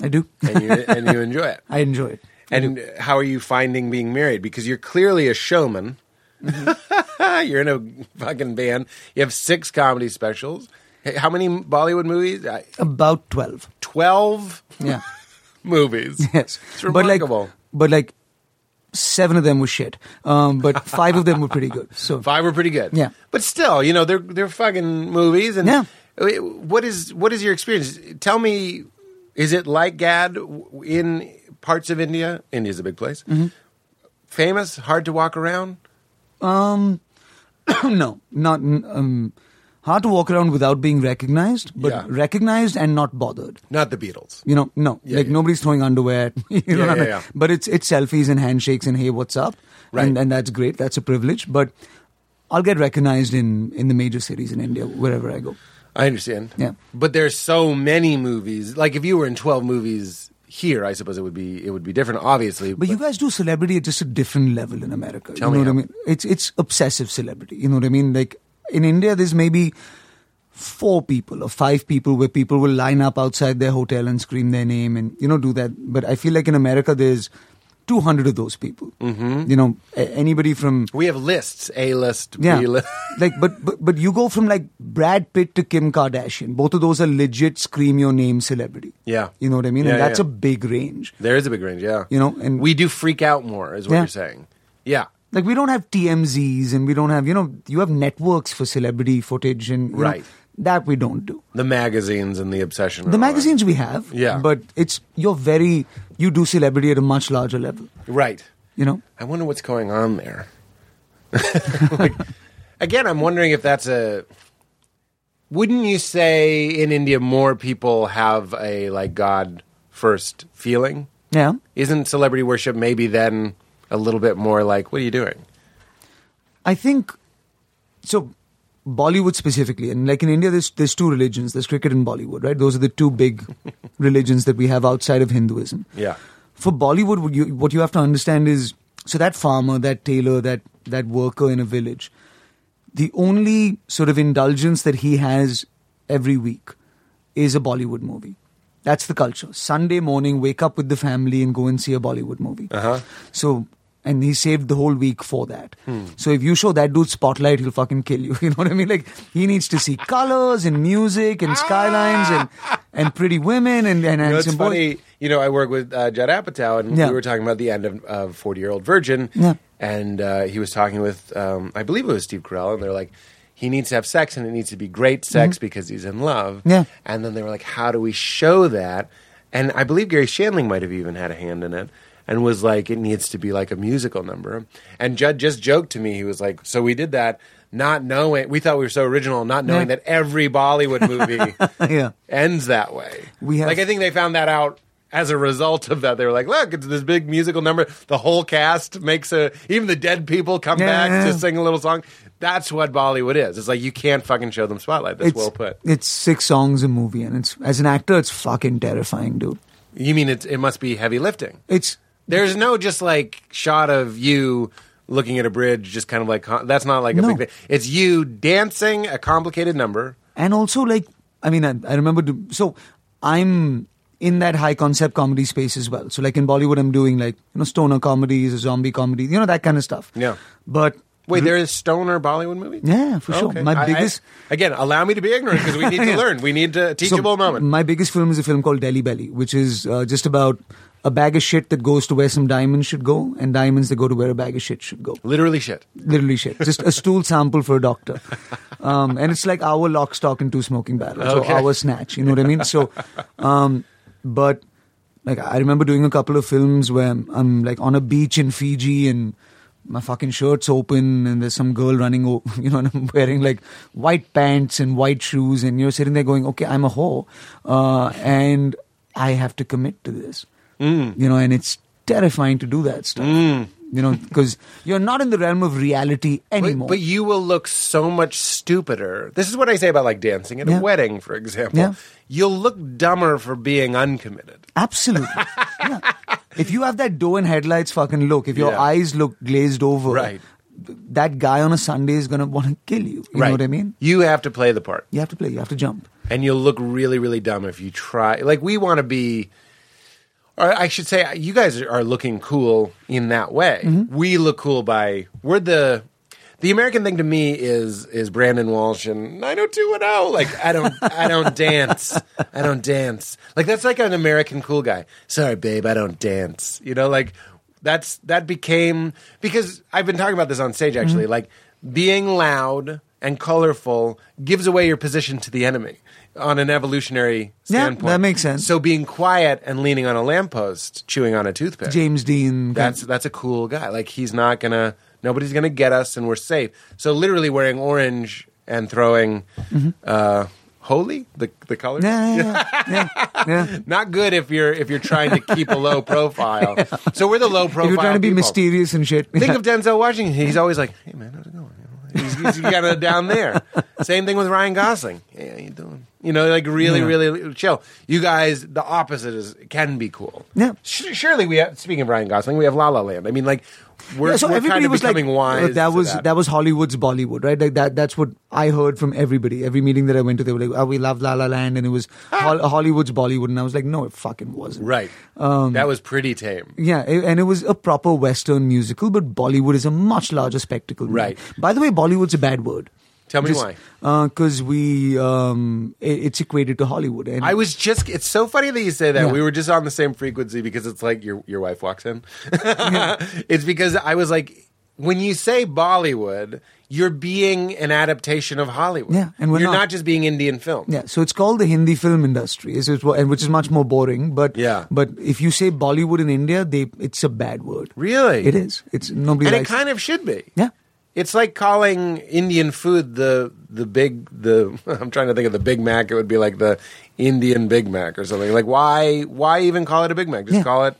S5: I do.
S4: and you and you enjoy it.
S5: I enjoy it.
S4: And how are you finding being married? Because you're clearly a showman. you're in a fucking band. You have six comedy specials. Hey, How many Bollywood movies? Uh,
S5: About twelve.
S4: Twelve
S5: Yeah.
S4: movies.
S5: Yes,
S4: it's
S5: But
S4: remarkable.
S5: like, but like seven of them were shit, um, but five of them were pretty good. So
S4: Five were pretty good.
S5: Yeah.
S4: but still, you know, they're they're fucking movies. And
S5: Yeah.
S4: Uh, what is what is your experience? Tell me, is it like Gad w- in parts of India? India's a big place.
S5: Mm-hmm.
S4: Famous, hard to walk around.
S5: no, not um, hard to walk around without being recognized, but
S4: Yeah.
S5: recognized and not bothered.
S4: Not the Beatles.
S5: You know, no,
S4: Yeah,
S5: like
S4: yeah.
S5: nobody's throwing underwear. at me, you know
S4: Yeah,
S5: what I
S4: yeah,
S5: mean?
S4: yeah.
S5: But it's it's selfies and handshakes and hey, what's up?
S4: Right.
S5: And, and that's great. That's a privilege. But I'll get recognized in in the major cities in India wherever I go.
S4: I understand.
S5: Yeah.
S4: But there's so many movies. Like if you were in 12 movies here, I suppose it would be it would be different obviously.
S5: But you guys do celebrity at just a different level in America.
S4: Tell
S5: you
S4: me
S5: know
S4: how.
S5: what I mean? It's it's obsessive celebrity. You know what I mean? Like in India, there's maybe four people or five people where people will line up outside their hotel and scream their name and you know do that. But I feel like in America, there's 200 of those people. Mm-hmm. You know, a- anybody from
S4: We have lists, A list,
S5: yeah,
S4: B list.
S5: like but, but but you go from like Brad Pitt to Kim Kardashian. Both of those are legit scream your name celebrity.
S4: Yeah.
S5: you know what I mean.
S4: Yeah,
S5: and
S4: yeah,
S5: that's
S4: yeah.
S5: a big range.
S4: There is a big range, yeah.
S5: You know, and-
S4: we do freak out more, is what
S5: Yeah.
S4: you're saying. Yeah.
S5: Like we don't have TMZs and we don't have you know you have networks for celebrity footage and you know,
S4: Right.
S5: that we don't do.
S4: The magazines and the obsession.
S5: The
S4: and all that.
S5: magazines we have,
S4: Yeah.
S5: but it's you're very you do celebrity at a much larger level.
S4: Right.
S5: You know,
S4: I wonder what's going on there. Like, again, I'm wondering if that's a. Wouldn't you say in India more people have a like God first feeling?
S5: yeah.
S4: Isn't celebrity worship maybe then a little bit more like what are you doing?
S5: I think so. Bollywood specifically, and like in India, there's there's two religions: there's cricket and Bollywood, right? Those are the two big religions that we have outside of Hinduism.
S4: Yeah.
S5: For Bollywood, what you, what you have to understand is so that farmer, that tailor, that that worker in a village, the only sort of indulgence that he has every week is a Bollywood movie. That's the culture. Sunday morning, wake up with the family and go and see a Bollywood movie. Uh-huh. So, and he saved the whole week for that.
S4: Hmm.
S5: So if you show that dude Spotlight, he'll fucking kill you. You know what I mean? Like he needs to see colors and music and skylines and and pretty women and and
S4: Ah! You know, it's
S5: handsome boys.
S4: funny. You know, I work with uh, Judd Apatow, and
S5: Yeah.
S4: we were talking about the end of- of Forty Year Old Virgin.
S5: Yeah.
S4: And uh, he was talking with, um, I believe it was Steve Carell, and they're like, he needs to have sex, and it needs to be great sex because he's in love.
S5: Mm-hmm. Yeah.
S4: And then they were like, how do we show that? And I believe Gary Shandling might have even had a hand in it. And was like, it needs to be like a musical number. And Judd just joked to me. He was like, so we did that, not knowing. We thought we were so original, not knowing
S5: Yeah.
S4: that every Bollywood movie
S5: Yeah.
S4: ends that way.
S5: We have-
S4: like I think they found that out as a result of that. They were like, look, it's this big musical number. The whole cast makes a even the dead people come
S5: Yeah,
S4: back
S5: yeah.
S4: to sing a little song. That's what Bollywood is. It's like you can't fucking show them spotlight. That's
S5: It's,
S4: well put.
S5: it's six songs a movie, and it's as an actor, it's fucking terrifying, dude.
S4: You mean it? It must be heavy lifting.
S5: It's
S4: There's no just like shot of you looking at a bridge, just kind of like that's not like a
S5: No.
S4: big thing. It's you dancing a complicated number.
S5: and also like i mean i, I remember do- so i'm in that high concept comedy space as well so like in bollywood i'm doing like you know stoner comedies zombie comedies you know that kind of stuff
S4: Yeah.
S5: but
S4: Wait, there is stoner Bollywood movie?
S5: Mm-hmm. Yeah, for sure. My
S4: I- I-
S5: biggest-
S4: again, allow me to be ignorant because we need to
S5: Yeah.
S4: learn. We need a teachable moment.
S5: my biggest film is a film called delhi belly which is uh, just about a bag of shit that goes to where some diamonds should go and diamonds that go to where a bag of shit should go
S4: Literally shit.
S5: literally shit just a stool sample for a doctor um, and it's like our lock stock and two smoking barrels
S4: Okay.
S5: or our snatch you know what i mean so um, but like i remember doing a couple of films where I'm, I'm like on a beach in fiji and my fucking shirt's open and there's some girl running o- you know and i'm wearing like white pants and white shoes and you're sitting there going okay i'm a whore uh, and i have to commit to this
S4: Mm.
S5: you know and it's terrifying to do that stuff you know because you're not in the realm of reality
S4: But,
S5: anymore
S4: but you will look so much stupider. This is what I say about like dancing at
S5: Yeah.
S4: a wedding, for example.
S5: Yeah.
S4: You'll look dumber for being uncommitted.
S5: Absolutely. yeah. If you have that doe in headlights fucking look, if your
S4: Yeah.
S5: eyes look glazed over,
S4: Right.
S5: th- that guy on a Sunday is going to want to kill you. You know what I mean?
S4: You have to play the part.
S5: You have to play, you have to jump.
S4: and you'll look really really dumb if you try like we want to be or i should say you guys are looking cool in that way
S5: Mm-hmm.
S4: we look cool by we're the the american thing to me is is brandon walsh and 90210 like i don't i don't dance i don't dance like that's like an american cool guy sorry babe i don't dance you know like that's that became because I've been talking about this on stage
S5: Mm-hmm.
S4: actually. Like being loud and colorful gives away your position to the enemy on an evolutionary
S5: Yeah,
S4: standpoint.
S5: that makes sense.
S4: So being quiet and leaning on a lamppost, chewing on a toothpick.
S5: James Dean.
S4: That's that's a cool guy. Like he's not gonna nobody's gonna get us and we're safe. So literally wearing orange and throwing
S5: Mm-hmm.
S4: uh holy the the color
S5: Yeah, yeah, yeah. yeah, yeah.
S4: not good if you're if you're trying to keep a low profile. So we're the low profile.
S5: If you're trying to be
S4: people.
S5: mysterious and shit.
S4: Think
S5: yeah.
S4: of Denzel Washington. He's always like, "Hey man, how's it going?" You know, He's, he's got it down there. Same thing with Ryan Gosling. Hey, how you doing? You know, like really,
S5: Yeah.
S4: really chill. You guys, the opposite is can be cool.
S5: Yeah.
S4: Sh- surely we have. Speaking of Ryan Gosling, we have La La Land. I mean, like we're,
S5: Yeah, so
S4: we're
S5: everybody
S4: kind of
S5: was like,
S4: becoming wise.
S5: uh, that
S4: to
S5: was
S4: that.
S5: that. was Hollywood's Bollywood, right? Like that. That's what I heard from everybody. Every meeting that I went to, they were like, "Oh, we love La La Land," and it was Hol- Hollywood's Bollywood, and I was like, "No, it fucking wasn't."
S4: right.
S5: Um,
S4: that was pretty tame.
S5: Yeah, a- and it was a proper Western musical, but Bollywood is a much larger spectacle. than
S4: Right.
S5: that. By the way, Bollywood's a bad word.
S4: Tell me why.
S5: why. Because we, um, i it's equated to Hollywood. And
S4: I was just. It's so funny that you say that.
S5: Yeah.
S4: We were just on the same frequency because it's like your your wife walks in. it's because I was like, when you say Bollywood, you're being an adaptation of Hollywood.
S5: Yeah, and we're
S4: you're
S5: not.
S4: just being Indian film.
S5: Yeah, so it's called the Hindi film industry, is it, and which is much more boring. But
S4: Yeah.
S5: but if you say Bollywood in India, they it's a bad word.
S4: Really?
S5: it is. It's nobody.
S4: and it
S5: likes
S4: kind of should be.
S5: Yeah.
S4: It's like calling Indian food the the big the I'm trying to think of the Big Mac. It would be like the Indian Big Mac or something. Like why why even call it a Big Mac? Just
S5: Yeah.
S4: call it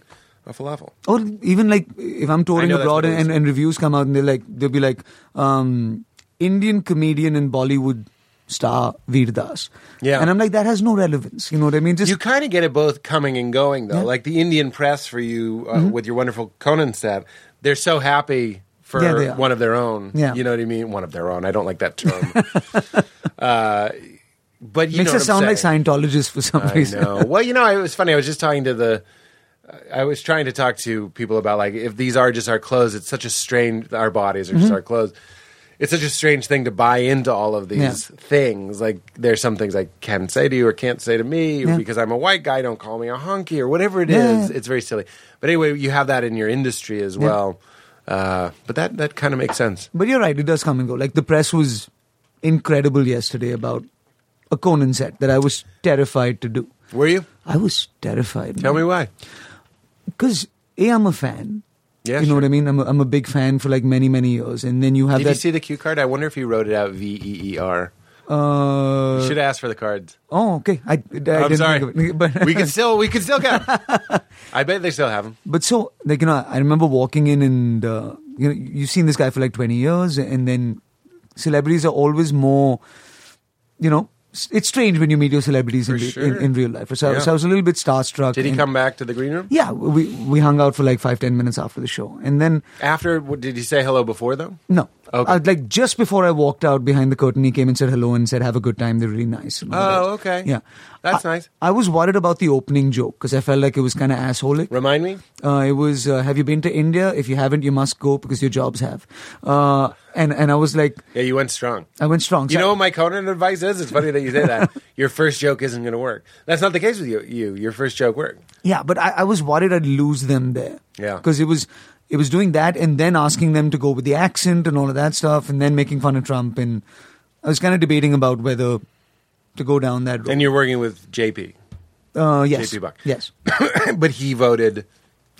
S4: a falafel.
S5: Or even like if I'm touring
S4: I know that's
S5: abroad
S4: what
S5: and,
S4: it is.
S5: and, reviews come out and they're like they'll be like um, Indian comedian and Bollywood star Veer Das.
S4: Yeah.
S5: And I'm like that has no relevance. You know what I mean? Just
S4: You kind of get it both coming and going though. Like the Indian press for you
S5: Mm-hmm.
S4: uh, with your wonderful Conan set, they're so happy for
S5: Yeah, they are.
S4: one of their own.
S5: Yeah.
S4: You know what I mean? One of their own. I don't like that term. uh, but you
S5: makes
S4: know
S5: us
S4: what
S5: sound
S4: I'm
S5: like
S4: saying.
S5: Scientologists for some
S4: I
S5: reason.
S4: know. Well, you know, it was funny. I was just talking to the. I was trying to talk to people about like if these are just our clothes. It's such a strange. Our bodies
S5: Mm-hmm.
S4: are just our clothes. It's such a strange thing to buy into all of these
S5: Yeah.
S4: things. Like there's some things I can say to you or can't say to me or
S5: Yeah.
S4: because I'm a white guy. Don't call me a honky or whatever it is.
S5: Yeah, yeah.
S4: It's very silly. But anyway, you have that in your industry as
S5: Yeah.
S4: well. Uh, but that that kind of makes sense.
S5: But you're right, it does come and go. Like the press was incredible yesterday about a Conan set that I was terrified to do.
S4: Were you?
S5: I was terrified.
S4: Tell me why.
S5: because a I'm a fan.
S4: Yeah,
S5: you know
S4: sure.
S5: what I mean. I'm a, I'm a big fan for like many many years, and then you have
S4: Did
S5: that.
S4: you see the cue card? I wonder if you wrote it out V E E R.
S5: uh,
S4: Should ask for the cards.
S5: Oh, okay. I, I
S4: I'm
S5: didn't
S4: sorry.
S5: think of it. But,
S4: we could still we could still get 'em. I bet they still have them.
S5: but so, like, you know, I remember walking in and, uh, you know, you've seen this guy for like 20 years, and then celebrities are always more, you know, s- it's strange when you meet your celebrities in,
S4: For
S5: re-
S4: sure.
S5: in, in real life. So, I-
S4: Yeah.
S5: so I was a little bit starstruck.
S4: Did he
S5: and-
S4: come back to the green room
S5: Yeah, we, we hung out for like five, ten minutes after the show. And then
S4: after? what- Did he say hello before though?
S5: No.
S4: Okay.
S5: Uh, like just before I walked out behind the curtain, he came and said hello and said, "Have a good time. They're really nice." and all
S4: Oh,
S5: that.
S4: okay.
S5: Yeah,
S4: That's
S5: I-
S4: nice.
S5: I was worried about the opening joke because I felt like it was kind of assholic.
S4: Remind me.
S5: Uh, it was, uh, "Have you been to India? If you haven't, you must go because your jobs have." Uh, and and I was like,
S4: Yeah, you went strong.
S5: I went strong.
S4: You
S5: So
S4: know
S5: I-
S4: what my Conan advice is? It's funny that you say that. Your first joke isn't going to work. That's not the case with you. You your first joke worked.
S5: Yeah, but I, I was worried I'd lose them there.
S4: Yeah.
S5: Because it was it was doing that and then asking them to go with the accent and all of that stuff and then making fun of Trump and I was kind of debating about whether to go down that road.
S4: And you're working with JP,
S5: uh, yes.
S4: JP Buck.
S5: Yes.
S4: but he voted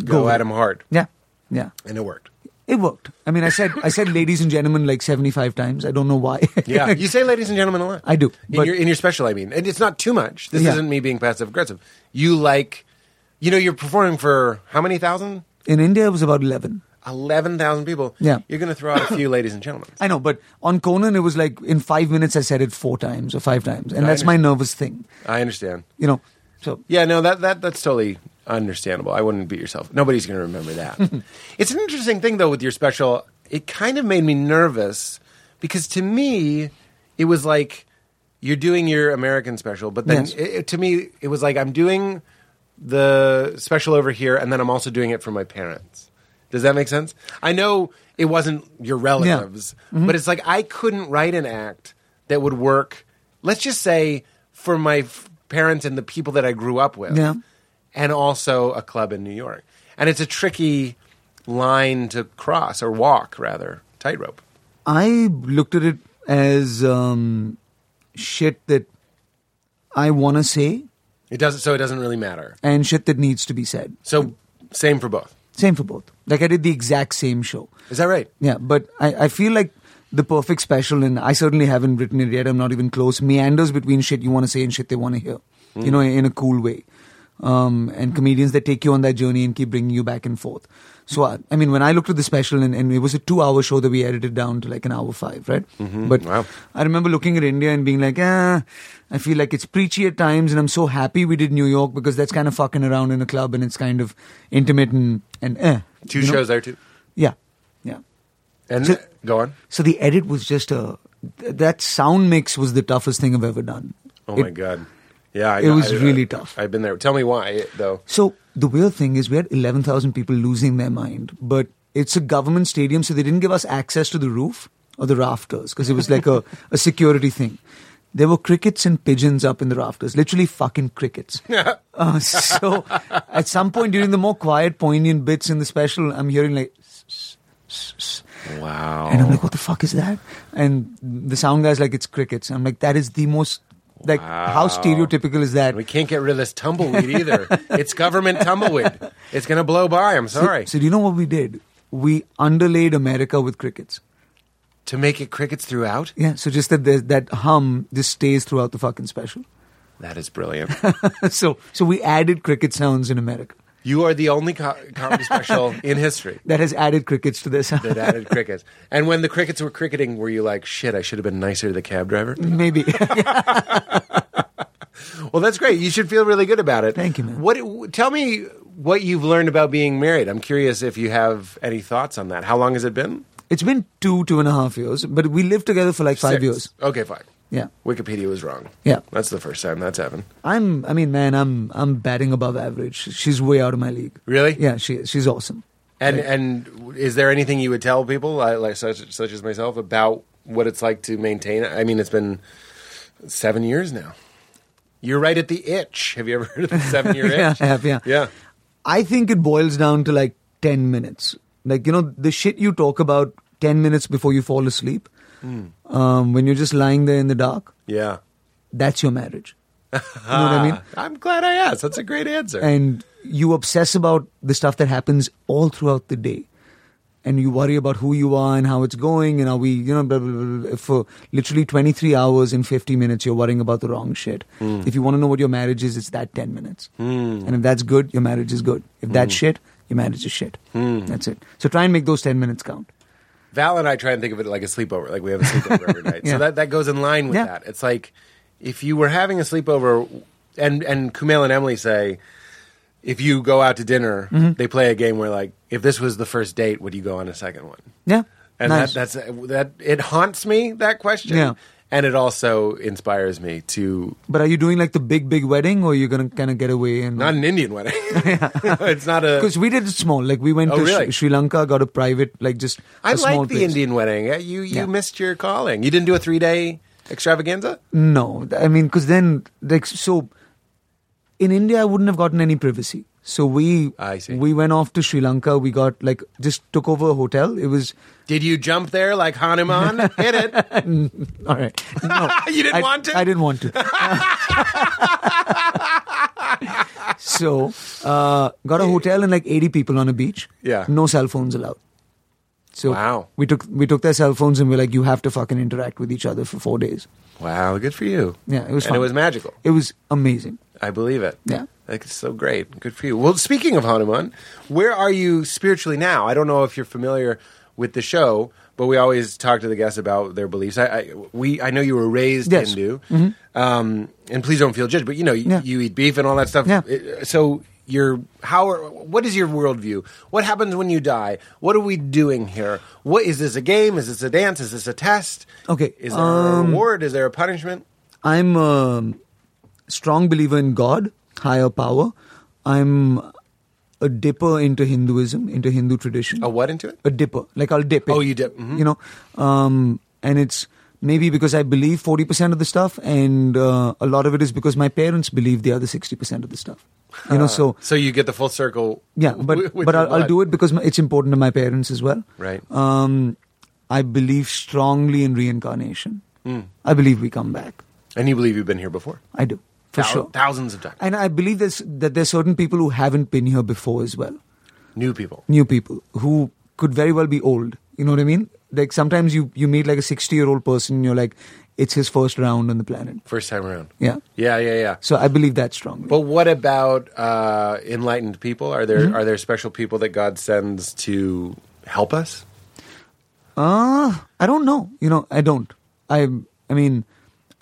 S4: go,
S5: Go.
S4: at him hard,
S5: Yeah. Yeah.
S4: and it worked.
S5: It worked. I mean, I said I said ladies and gentlemen like 75 times. I don't know why.
S4: Yeah, you say "ladies and gentlemen" a lot.
S5: I do,
S4: in
S5: but-
S4: your in your special. I mean, and it's not too much. This
S5: Yeah.
S4: isn't me being passive aggressive. You like, you know, you're performing for how many thousand?
S5: In India it was about 11.
S4: Eleven thousand people.
S5: Yeah.
S4: you're going to throw out a few ladies and gentlemen.
S5: I know, but on Conan it was like in 5 minutes I said it 4 times or 5 times. And that's my
S4: understand.
S5: nervous thing,
S4: I understand.
S5: you know. So
S4: Yeah, no, that, that that's totally understandable. I wouldn't beat yourself. Nobody's going to remember that. it's an interesting thing though with your special. It kind of made me nervous because to me, it was like you're doing your American special, but then
S5: Yes.
S4: it, it- to me, it was like I'm doing the special over here, and then I'm also doing it for my parents. Does that make sense? I know it wasn't your relatives, but it's like I couldn't write an act that would work. Let's just say for my f- parents and the people that I grew up with,
S5: Yeah.
S4: and also a club in New York. And it's a tricky line to cross or walk, rather tightrope.
S5: I looked at it as um, shit that I want to say
S4: It doesn't, so it doesn't really matter.
S5: and shit that needs to be said.
S4: So same for both.
S5: Same for both. Like I did the exact same show.
S4: Is that right?
S5: Yeah, but I, I feel like the perfect special, and I certainly haven't written
S4: Hmm.
S5: it yet. I'm not even close. Meanders between shit you want to say and shit they want to hear. You know, in a cool way. um, and comedians that take you on that journey and keep bringing you back and forth. So, I, I mean, when I looked at the special, and, and it was a two hour show that we edited down to like an hour five, right? But
S4: Mm-hmm. Wow.
S5: I remember looking at India and being like, ah, I feel like it's preachy at times, and I'm so happy we did New York because that's kind of fucking around in a club and it's kind of intimate and, and eh.
S4: Two
S5: you know?
S4: shows there too.
S5: Yeah. Yeah.
S4: And
S5: So-
S4: go on.
S5: So the edit was just a. th- that sound mix was the toughest thing I've ever done.
S4: Oh
S5: It-
S4: my god. Yeah, I,
S5: it was
S4: I-
S5: really
S4: I-
S5: tough.
S4: I've been there. Tell me why though.
S5: So the weird thing is, we had 11,000 people losing their mind, but it's a government stadium, so they didn't give us access to the roof or the rafters because it was like a, a security thing. There were crickets and pigeons up in the rafters, literally fucking crickets. uh, so at some point during the more quiet, poignant bits in the special, I'm hearing like,
S4: Wow.
S5: and I'm like, what the fuck is that? And the sound guy's like, it's crickets. I'm like, that is the most, like, how
S4: Wow.
S5: stereotypical is that?
S4: we can't get rid of this tumbleweed either. it's government tumbleweed. It's gonna blow by. I'm
S5: So-
S4: sorry.
S5: So, do you know what we did? We underlaid America with crickets.
S4: to make it crickets throughout.
S5: Yeah. So just that there's- that hum just stays throughout the fucking special.
S4: That is brilliant.
S5: so so we added cricket sounds in America.
S4: you are the only co- comedy special in history
S5: That has added crickets to this.
S4: that added crickets. And when the crickets were cricketing, were you like, shit? I should have been nicer to the cab driver.
S5: Maybe.
S4: Well, that's great. You should feel really good about it.
S5: Thank you, man.
S4: What? Tell me what you've learned about being married. I'm curious if you have any thoughts on that. How long has it been?
S5: it's been two, two and a half years, but we lived together for like five
S4: Six.
S5: years.
S4: Okay, fine.
S5: Yeah.
S4: Wikipedia was wrong.
S5: Yeah.
S4: That's the first time that's happened.
S5: I'm I mean, man, I'm I'm batting above average. She's way out of my league.
S4: Really?
S5: Yeah, she is. she's awesome.
S4: And and is there anything you would tell people like, like such such as myself about what it's like to maintain? I mean, it's been seven years now. You're right at the itch. Have you ever heard of the seven year
S5: yeah,
S4: itch?
S5: I have, yeah.
S4: Yeah.
S5: I think it boils down to like 10 minutes. Like, you know, the shit you talk about 10 minutes before you fall asleep, um, when you're just lying there in the dark,
S4: Yeah.
S5: that's your marriage. You know what I mean?
S4: I'm glad I asked. That's a great answer.
S5: And you obsess about the stuff that happens all throughout the day. And you worry about who you are and how it's going and are we, you know, blah, blah, blah, blah. for literally 23 hours and 50 minutes, you're worrying about the wrong shit.
S4: Hmm.
S5: If you want to know what your marriage is, it's that 10 minutes. And if that's good, your marriage is good. If
S4: Hmm.
S5: that's shit, your marriage is shit. That's it. So try and make those 10 minutes count.
S4: Val and I try and think of it like a sleepover. Like we have a sleepover every night.
S5: Yeah.
S4: So that, that goes in line with
S5: Yeah.
S4: that. It's like if you were having a sleepover and and Kumail and Emily say if you go out to dinner,
S5: Mm-hmm.
S4: they play a game where like if this was the first date, would you go on a second one?
S5: Yeah.
S4: And
S5: nice.
S4: that, that's that it haunts me that question.
S5: Yeah.
S4: And it also inspires me to
S5: but are you doing like the big, big wedding or are you going to kind of get away and.
S4: not an Indian wedding. it's not a
S5: because we did it small, like we went
S4: Oh,
S5: to Sri-
S4: really?
S5: Sri Lanka, got a private, like just I
S4: I
S5: small
S4: like the
S5: place.
S4: Indian wedding. Uh, You you
S5: Yeah.
S4: missed your calling. You didn't do a 3-day extravaganza?
S5: No, I mean, because then, like, so in India, I wouldn't have gotten any privacy. So we,
S4: I see.
S5: we went off to Sri Lanka. We got like just took over a hotel. It was
S4: Did you jump there like Hanuman? Hit it.
S5: all right. No,
S4: You didn't
S5: I,
S4: want to?
S5: I didn't want to. so uh, got a hotel and like eighty people on a beach.
S4: Yeah.
S5: no cell phones allowed. So
S4: Wow.
S5: we took we took their cell phones and we're like, you have to fucking interact with each other for four days.
S4: Wow, good for you.
S5: Yeah, it was
S4: And
S5: fun.
S4: it was magical.
S5: It was amazing.
S4: I believe it.
S5: Yeah.
S4: Like, it's so great. Good for you. Well, speaking of Hanuman, where are you spiritually now? I don't know if you're familiar with the show, but we always talk to the guests about their beliefs. I, I we I know you were raised
S5: Yes. Mm-hmm.
S4: Hindu, um, and please don't feel judged. But you know, you,
S5: Yeah.
S4: you eat beef and all that stuff.
S5: Yeah.
S4: It- So your how? Are, what is your worldview? What happens when you die? What are we doing here? What is this a game? Is this a dance? Is this a test?
S5: Okay,
S4: Is there a
S5: um,
S4: reward? Is there a punishment?
S5: I'm a strong believer in God, higher power. I'm a dipper into Hinduism, into Hindu tradition.
S4: A what into it?
S5: A dipper, like I'll dip. It,
S4: Oh, you dip, mhm.
S5: You know, um, and it's maybe because I believe forty percent of the stuff, and uh, a lot of it is because my parents believe the other sixty percent of the stuff. You know, so
S4: So you get the full circle.
S5: yeah, but but I'll, I'll do it because my, it's important to my parents as well.
S4: Right.
S5: Um, I believe strongly in reincarnation.
S4: Hmm.
S5: I believe we come back.
S4: And you believe you've been here before?
S5: I do for
S4: Thou-
S5: sure.
S4: Thousands of times.
S5: And I believe there's, that there's certain people who haven't been here before as well.
S4: New people.
S5: New people who could very well be old. You know what I mean? Like sometimes you, you meet like a 60 year old person and you're like, it's his first round on the planet.
S4: First time around.
S5: Yeah.
S4: Yeah, yeah, yeah.
S5: So I believe that strongly.
S4: But what about uh, enlightened people? Are there
S5: Mm-hmm.
S4: are there special people that God sends to help us?
S5: Uh, I don't know. You know, I don't. I I mean,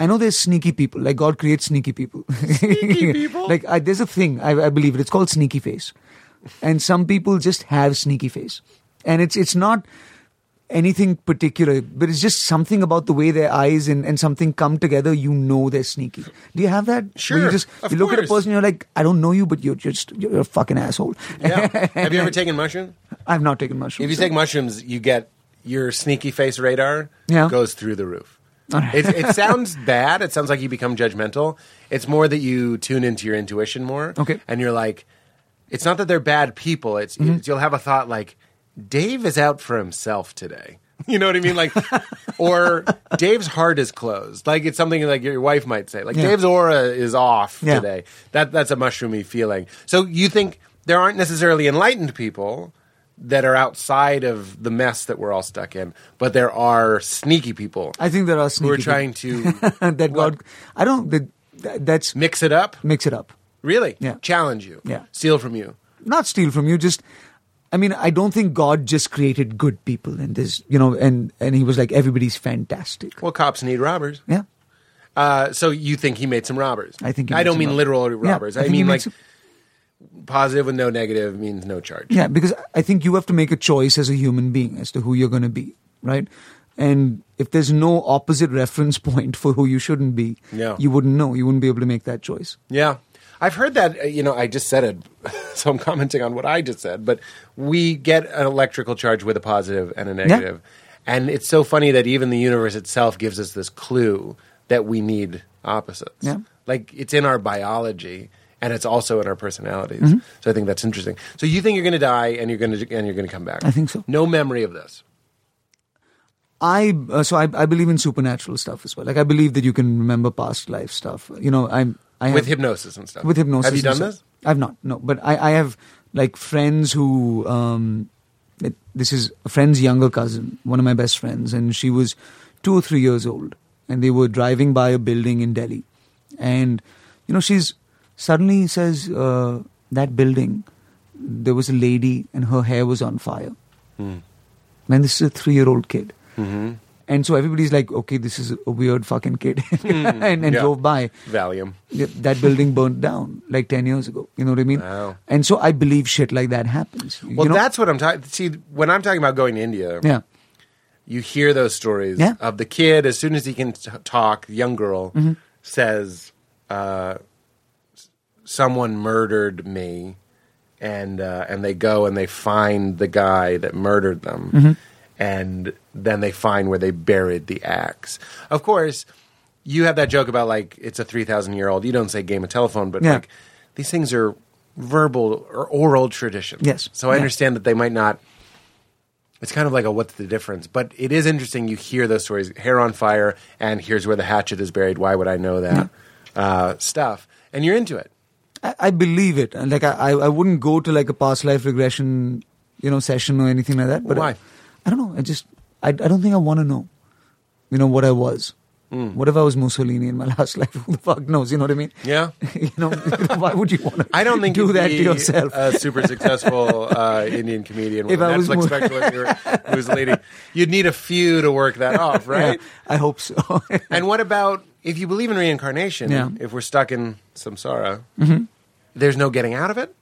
S5: I know there's sneaky people. Like God creates sneaky people. Sneaky people. like I, there's a thing I, I believe it. It's called sneaky face, and some people just have sneaky face, and it's it's not anything particular, but it's just something about the way their eyes and, and something come together. You know they're sneaky. Do you have that? Where
S4: Sure,
S5: You just
S4: of
S5: you look at a
S4: course.
S5: person, you're like, I don't know you, but you're just you're a fucking asshole.
S4: Yeah. Have you ever taken mushroom?
S5: I've not taken mushrooms.
S4: If you
S5: so-
S4: take mushrooms, you get your sneaky face radar
S5: Yeah.
S4: goes through the roof. it, it sounds bad. It sounds like you become judgmental. It's more that you tune into your intuition more.
S5: Okay. Mm-hmm.
S4: And you're like, it's not that they're bad people. It's, it's- you'll have a thought like, Dave is out for himself today. You know what I mean? Like, or Dave's heart is closed. Like it's something like your wife might say. Like
S5: Yeah.
S4: Dave's aura is off
S5: Yeah.
S4: today. That that's a mushroomy feeling. So you think there aren't necessarily enlightened people that are outside of the mess that we're all stuck in, but there are sneaky people
S5: I think there are
S4: who
S5: sneaky
S4: are trying to
S5: people. that
S4: what?
S5: God. I don't. That, that- that's
S4: mix it up.
S5: mix it up.
S4: Really?
S5: Yeah.
S4: Challenge you.
S5: Yeah.
S4: Steal from you.
S5: not steal from you just i mean i don't think god just created good people and this you know and and he was like everybody's fantastic
S4: Well, cops need robbers.
S5: yeah
S4: Uh, so you think he made some robbers?
S5: i think he
S4: I
S5: made
S4: don't
S5: some
S4: mean
S5: up-
S4: literal
S5: Yeah,
S4: robbers. I,
S5: think he
S4: mean
S5: made
S4: like
S5: some-
S4: positive with no negative means no charge.
S5: yeah because i think you have to make a choice as a human being as to who you're going to be right and if there's no opposite reference point for who you shouldn't be
S4: Yeah.
S5: you wouldn't know you wouldn't be able to make that choice
S4: Yeah. I've heard that, uh, you know, I just said it, so I'm commenting on what I just said, but we get an electrical charge with a positive and a negative. And it's so funny that even the universe itself gives us this clue that we need opposites.
S5: Yeah.
S4: Like it's in our biology and it's also in our personalities.
S5: Mm-hmm.
S4: So I think that's interesting. So you think you're going to die and you're going to and you're going to come back.
S5: I think so.
S4: No memory of this.
S5: I uh, so I, I believe in supernatural stuff as well. Like I believe that you can remember past life stuff. You know, I'm I have,
S4: With hypnosis and stuff.
S5: with hypnosis.
S4: Have you
S5: and
S4: done
S5: stuff.
S4: this?
S5: I've not. No, but I, I have like friends who. Um, it- this is a friend's younger cousin, one of my best friends, and she was two or three years old, and they were driving by a building in Delhi, and you know she's suddenly says uh, that building, there was a lady and her hair was on fire.
S4: Hmm.
S5: Man, this is a three-year-old kid. Mm-hmm. And so everybody's like, okay, this is a weird fucking kid. and and
S4: Hmm. yeah.
S5: drove by
S4: Valium.
S5: yeah, that building burnt down like 10 years ago. You know what I mean?
S4: Wow.
S5: And so I believe shit like that happens.
S4: Well,
S5: you know?
S4: that's what I'm talking. See, when I'm talking about going to India,
S5: Yeah.
S4: you hear those stories
S5: Yeah. Mm-hmm.
S4: of the kid as soon as he can t- talk the young girl says uh, s- someone murdered me and uh, and they go and they find the guy that murdered them
S5: Mm-hmm.
S4: and then they find where they buried the axe of course you have that joke about like it's a 3000 year old you don't say game of telephone but
S5: Yeah.
S4: like these things are verbal or oral traditions
S5: Yes.
S4: so i
S5: Yeah.
S4: understand that they might not it's kind of like a what's the difference? But it is interesting. You hear those stories, hair on fire, and here's where the hatchet is buried. Why would I know that uh, stuff? And you're into it.
S5: I, I believe it. And like, I, I I wouldn't go to like a past life regression, you know, session or anything like that. But
S4: Why?
S5: I, I don't know. I just, I, I don't think I want to know, you know, what I was.
S4: Hmm.
S5: What if I was Mussolini in my last life? Who the fuck knows? You know what I mean?
S4: Yeah.
S5: you know, why would you want to
S4: I don't think
S5: do
S4: you'd
S5: that
S4: be uh,
S5: to yourself?
S4: A super successful uh, Indian comedian with
S5: If
S4: a
S5: I was
S4: Netflix
S5: more-
S4: special if you were- who was a lady. You'd need a few to work that off, right?
S5: Yeah, I hope so.
S4: And what about if you believe in reincarnation?
S5: Yeah. Mm-hmm.
S4: If we're stuck in samsara, there's no getting out of it.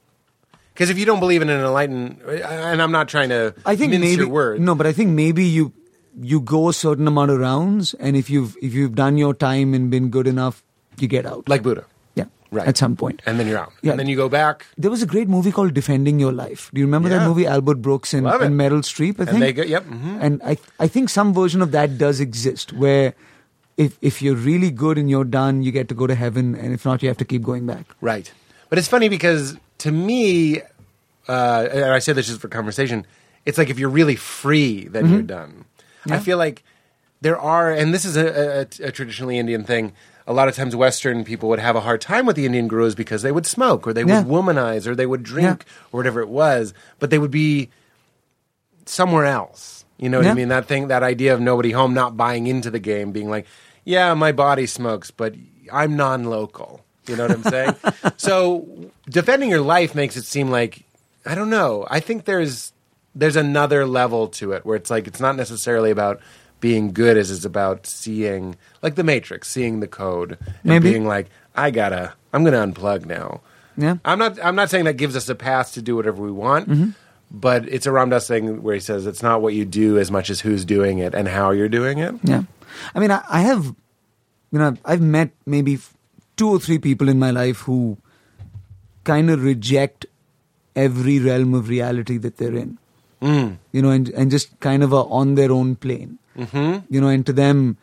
S4: Because if you don't believe in an enlightened, and I'm not trying to
S5: I think
S4: mince
S5: maybe
S4: your words,
S5: no, but I think maybe you you go a certain amount of rounds, and if you've if you've done your time and been good enough, you get out.
S4: like Buddha,
S5: yeah,
S4: right.
S5: at some point.
S4: and then you're out,
S5: Yeah.
S4: and then you go back.
S5: There was a great movie called Defending Your Life. Do you remember
S4: Yeah.
S5: that movie? Albert Brooks and,
S4: Love it.
S5: and Meryl Streep. I think.
S4: they go- yep, mhm.
S5: And I I think some version of that does exist where. If, if you're really good and you're done, you get to go to heaven, and if not, you have to keep going back.
S4: Right. But it's funny because to me, uh, and I say this just for conversation, it's like if you're really free, then
S5: Mm-hmm.
S4: you're done. I feel like there are, and this is a, a, a traditionally Indian thing. A lot of times, Western people would have a hard time with the Indian gurus because they would smoke or they
S5: Yeah.
S4: would womanize or they would drink
S5: Yeah.
S4: or whatever it was, but they would be somewhere else. You know what I
S5: Yeah.
S4: mean? That thing, that idea of nobody home, not buying into the game, being like, yeah, my body smokes, but I'm non local. You know what I'm saying? so defending your life makes it seem like, I don't know. I think there's there's another level to it where it's like it's not necessarily about being good as it's about seeing like the matrix seeing the code and
S5: Maybe.
S4: being like i gotta i'm gonna unplug now
S5: Yeah.
S4: i'm not i'm not saying that gives us a pass to do whatever we want but it's a ram dass thing where he says it's not what you do as much as who's doing it and how you're doing it
S5: Yeah. I mean, I, I have, you know, I've met maybe f- two or three people in my life who kind of reject every realm of reality that they're in. Mm. You know, and, and just kind of are on their own plane. Mm-hmm. You know, and to them,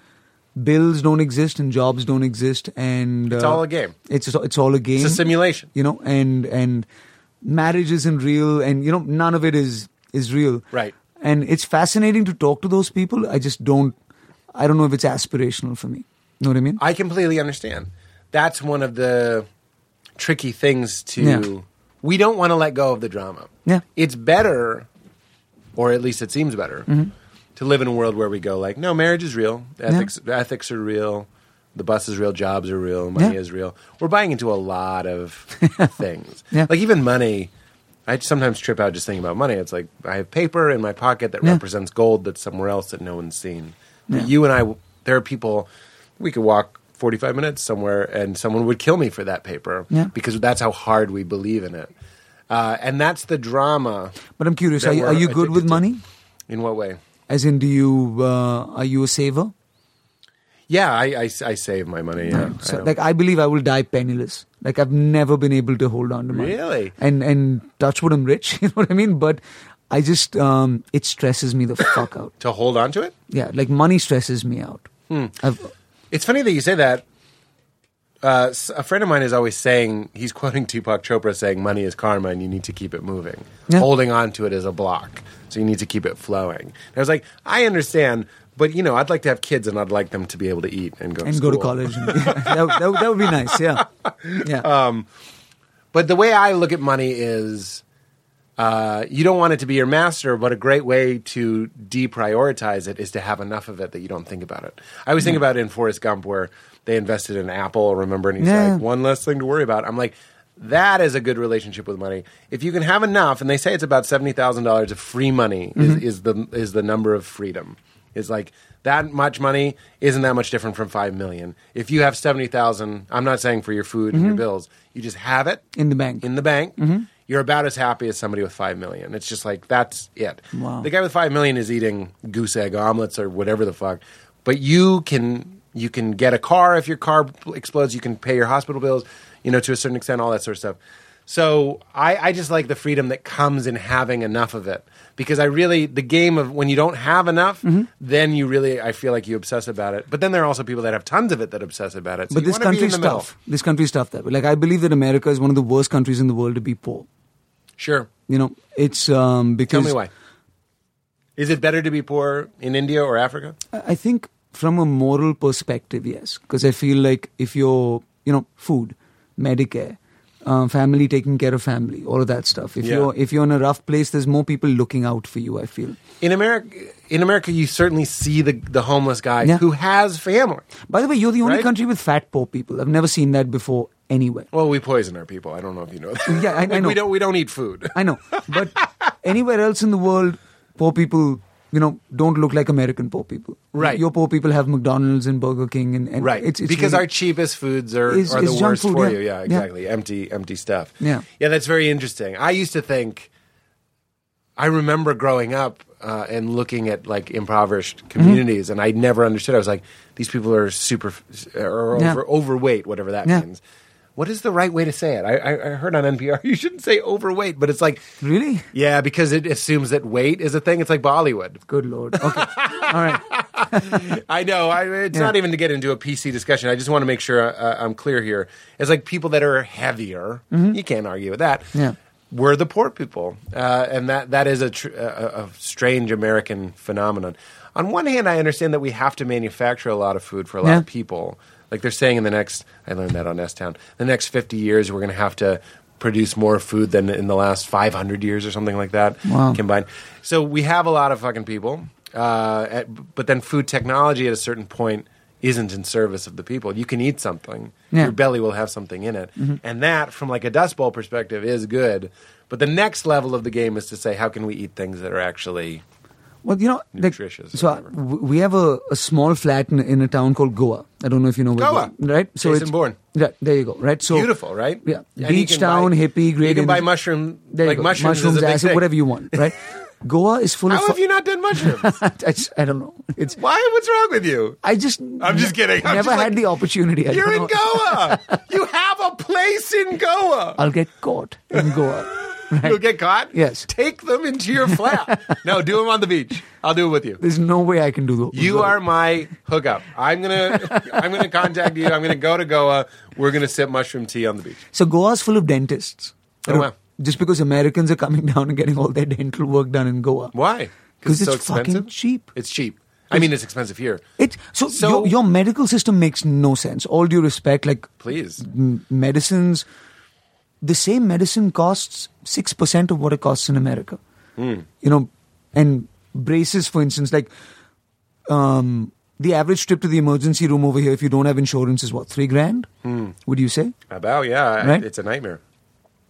S5: bills don't exist and jobs don't exist. And uh,
S4: It's all a game.
S5: It's, it's all a game.
S4: it's a simulation
S5: you know and and marriage isn't real and you know none of it is is real
S4: Right.
S5: and it's fascinating to talk to those people i just don't i don't know if it's aspirational for me know what i mean
S4: I completely understand. That's one of the tricky things to.
S5: Yeah.
S4: We don't want to let go of the drama.
S5: Yeah.
S4: It's better, or at least it seems better,
S5: Mm-hmm.
S4: to live in a world where we go, like, no, marriage is real. Ethics, ethics are real. The bus is real. Jobs are real. Money
S5: Yeah.
S4: is real. We're buying into a lot of things.
S5: Yeah.
S4: Like, even money. I sometimes trip out just thinking about money. It's like I have paper in my pocket that
S5: Yeah.
S4: represents gold that's somewhere else that no one's seen. You and I, there are people, we could walk 45 minutes somewhere and someone would kill me for that paper
S5: Yeah.
S4: because that's how hard we believe in it. Uh, and that's the drama.
S5: but i'm curious
S4: that
S5: are, you-
S4: we're
S5: are you good
S4: addicted
S5: with
S4: to.
S5: money
S4: In what way?
S5: as in do you uh, are you a saver
S4: Yeah, I, I, I save my money. Yeah. I
S5: so,
S4: don't-
S5: like i believe i will die penniless like i've never been able to hold on to money
S4: Really?
S5: and and touch wood i'm rich you know what i mean but i just um it stresses me the fuck out
S4: to hold on to it?
S5: yeah like money stresses me out
S4: Hmm.
S5: I've,
S4: It's funny that you say that. Uh, s- a friend of mine is always saying he's quoting Tupac Chopra saying, "Money is karma, and you need to keep it moving.
S5: Yeah.
S4: Holding on to it is a block, so you need to keep it flowing." And I was like, "I understand, but you know, I'd like to have kids, and I'd like them to be able to eat and go
S5: and go to
S4: school."
S5: college. And, yeah, that, would- that, would- that would be nice. Yeah, yeah.
S4: Um, But the way I look at money is uh, you don't want it to be your master, but a great way to deprioritize it is to have enough of it that you don't think about it. I was thinking about it in Forrest Gump where they invested in Apple, remember? And he's
S5: Yeah.
S4: like, one less thing to worry about. I'm like, that is a good relationship with money. If you can have enough, and they say it's about seventy thousand dollars of free money is, is the is the number of freedom. Is like that much money isn't that much different from five million. If you have seventy thousand, I'm not saying for your food and your bills, you just have it
S5: In the bank.
S4: in the bank.
S5: Mm-hmm.
S4: You're about as happy as somebody with five million. It's just like that's it.
S5: Wow.
S4: The guy with five million is eating goose egg omelets or whatever the fuck. But you can you can get a car if your car explodes. You can pay your hospital bills. You know, to a certain extent, all that sort of stuff. So I, I just like the freedom that comes in having enough of it because I really the game of when you don't have enough,
S5: Mm-hmm.
S4: then you really I feel like you obsess about it. But then there are also people that have tons of it that obsess about it. So
S5: but
S4: you
S5: this
S4: wanna be in
S5: country's
S4: the middle.
S5: tough. This country's tough. That way. like I believe that America is one of the worst countries in the world to be poor.
S4: Sure.
S5: You know, it's um,
S4: Tell
S5: because
S4: me why. Is it better to be poor in India or Africa?
S5: I I think from a moral perspective, yes, because I feel like if you're, you know, food, Medicare, um, family taking care of family, all of that stuff. If
S4: Yeah.
S5: you're if you're in a rough place, there's more people looking out for you. I feel.
S4: In America, in America, you certainly see the the homeless guy
S5: Yeah.
S4: who has family.
S5: By the way, you're the only
S4: Right?
S5: country with fat poor people. I've never seen that before anywhere.
S4: Well, we poison our people. I don't know if you know that.
S5: Yeah, I- I
S4: Like,
S5: know.
S4: We don't. We don't eat food.
S5: I know, but anywhere else in the world, poor people, you know, don't look like American poor people.
S4: Right.
S5: Your poor people have McDonald's and Burger King, and, and
S4: right
S5: It's, it's
S4: because
S5: really-
S4: our cheapest foods are,
S5: Is-
S4: are
S5: is
S4: the
S5: junk
S4: worst
S5: food,
S4: for
S5: yeah.
S4: you yeah
S5: Yeah.
S4: exactly empty empty stuff
S5: Yeah.
S4: yeah that's very interesting i used to think i remember growing up uh, and looking at like
S5: Mm-hmm.
S4: impoverished communities and i never understood i was like these people are super or over,
S5: Yeah.
S4: overweight whatever that
S5: Yeah.
S4: means what is the right way to say it I, I, I heard on npr you shouldn't say overweight but it's like
S5: really
S4: yeah because it assumes that weight is a thing it's like bollywood
S5: good lord. Okay, all right.
S4: I know. I, it's
S5: Yeah.
S4: not even to get into a PC discussion. I just want to make sure uh, I'm clear here. It's like people that are heavier. You can't argue with that.
S5: Mm-hmm. Yeah.
S4: We're the poor people, uh, and that that is a, tr- a, a strange American phenomenon. On one hand, I understand that we have to manufacture a lot of food for a lot
S5: Yeah.
S4: of people. Like they're saying in the next, I learned that on S Town. The next 50 years, we're going to have to produce more food than in the last 500 years or something like that
S5: Wow.
S4: combined. So we have a lot of fucking people, uh, at, but then food technology at a certain point isn't in service of the people. You can eat something.
S5: Yeah.
S4: Your belly will have something in it. And that, from like a dust bowl perspective, is good. But the next level of the game is to say, how can we eat things that are actually
S5: Well, you know, like,
S4: Nutritious or
S5: so I-
S4: whatever.
S5: w- we have a, a small flat in, in a town called Goa. I don't know if you know where
S4: Goa.
S5: Goa- right?
S4: Jason Bourne.
S5: Right, there you go. Right, so
S4: beautiful, right?
S5: Yeah,
S4: And you
S5: beach
S4: can
S5: town,
S4: buy-
S5: hippie, great.
S4: You can buy
S5: energy.
S4: mushroom,
S5: There you
S4: like
S5: go.
S4: mushrooms, is a big
S5: acid,
S4: thing.
S5: whatever you want. Right, Goa is full of.
S4: How
S5: fu-
S4: have you not done mushrooms?
S5: I, just- I don't know. It's
S4: Why? What's wrong with you?
S5: I just.
S4: I'm just kidding. I'm
S5: never
S4: just
S5: had
S4: like-
S5: the opportunity. I
S4: You're
S5: don't
S4: in
S5: know.
S4: Goa. you have a place in Goa.
S5: I'll get caught in Goa.
S4: You'll get caught.
S5: Yes.
S4: Take them into your flat. no, do them on the beach. I'll do it with you.
S5: There's no way I can do that.
S4: You are my hookup. I'm gonna, I'm gonna contact you. I'm gonna go to Goa. We're gonna sip mushroom tea on the beach.
S5: So Goa's full of dentists.
S4: Oh,
S5: Right?
S4: wow.
S5: Just because Americans are coming down and getting all their dental work done in Goa.
S4: Why?
S5: 'Cause it's fucking cheap.
S4: It's cheap. I mean, it's expensive here.
S5: It so,
S4: So-
S5: your, your medical system makes no sense. All due respect, like
S4: Please.
S5: m- medicines, the same medicine costs six percent of what it costs in America.
S4: Hmm.
S5: You know, and braces, for instance, like um, the average trip to the emergency room over here, if you don't have insurance, is what three grand?
S4: Hmm.
S5: Would you say?
S4: About yeah,
S5: Right?
S4: it's a nightmare.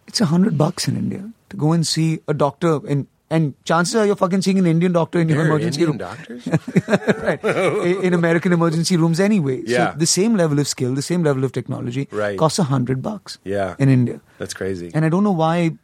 S5: it's a hundred bucks in India to go and see a doctor and and chances are you're fucking seeing an Indian doctor in your
S4: There are
S5: emergency room.
S4: Indian doctors.
S5: right. I- In American emergency rooms anyway.
S4: Yeah.
S5: So the same level of skill, the same level of technology
S4: Right.
S5: costs a hundred bucks.
S4: Yeah.
S5: In India.
S4: That's crazy.
S5: And I don't know why you're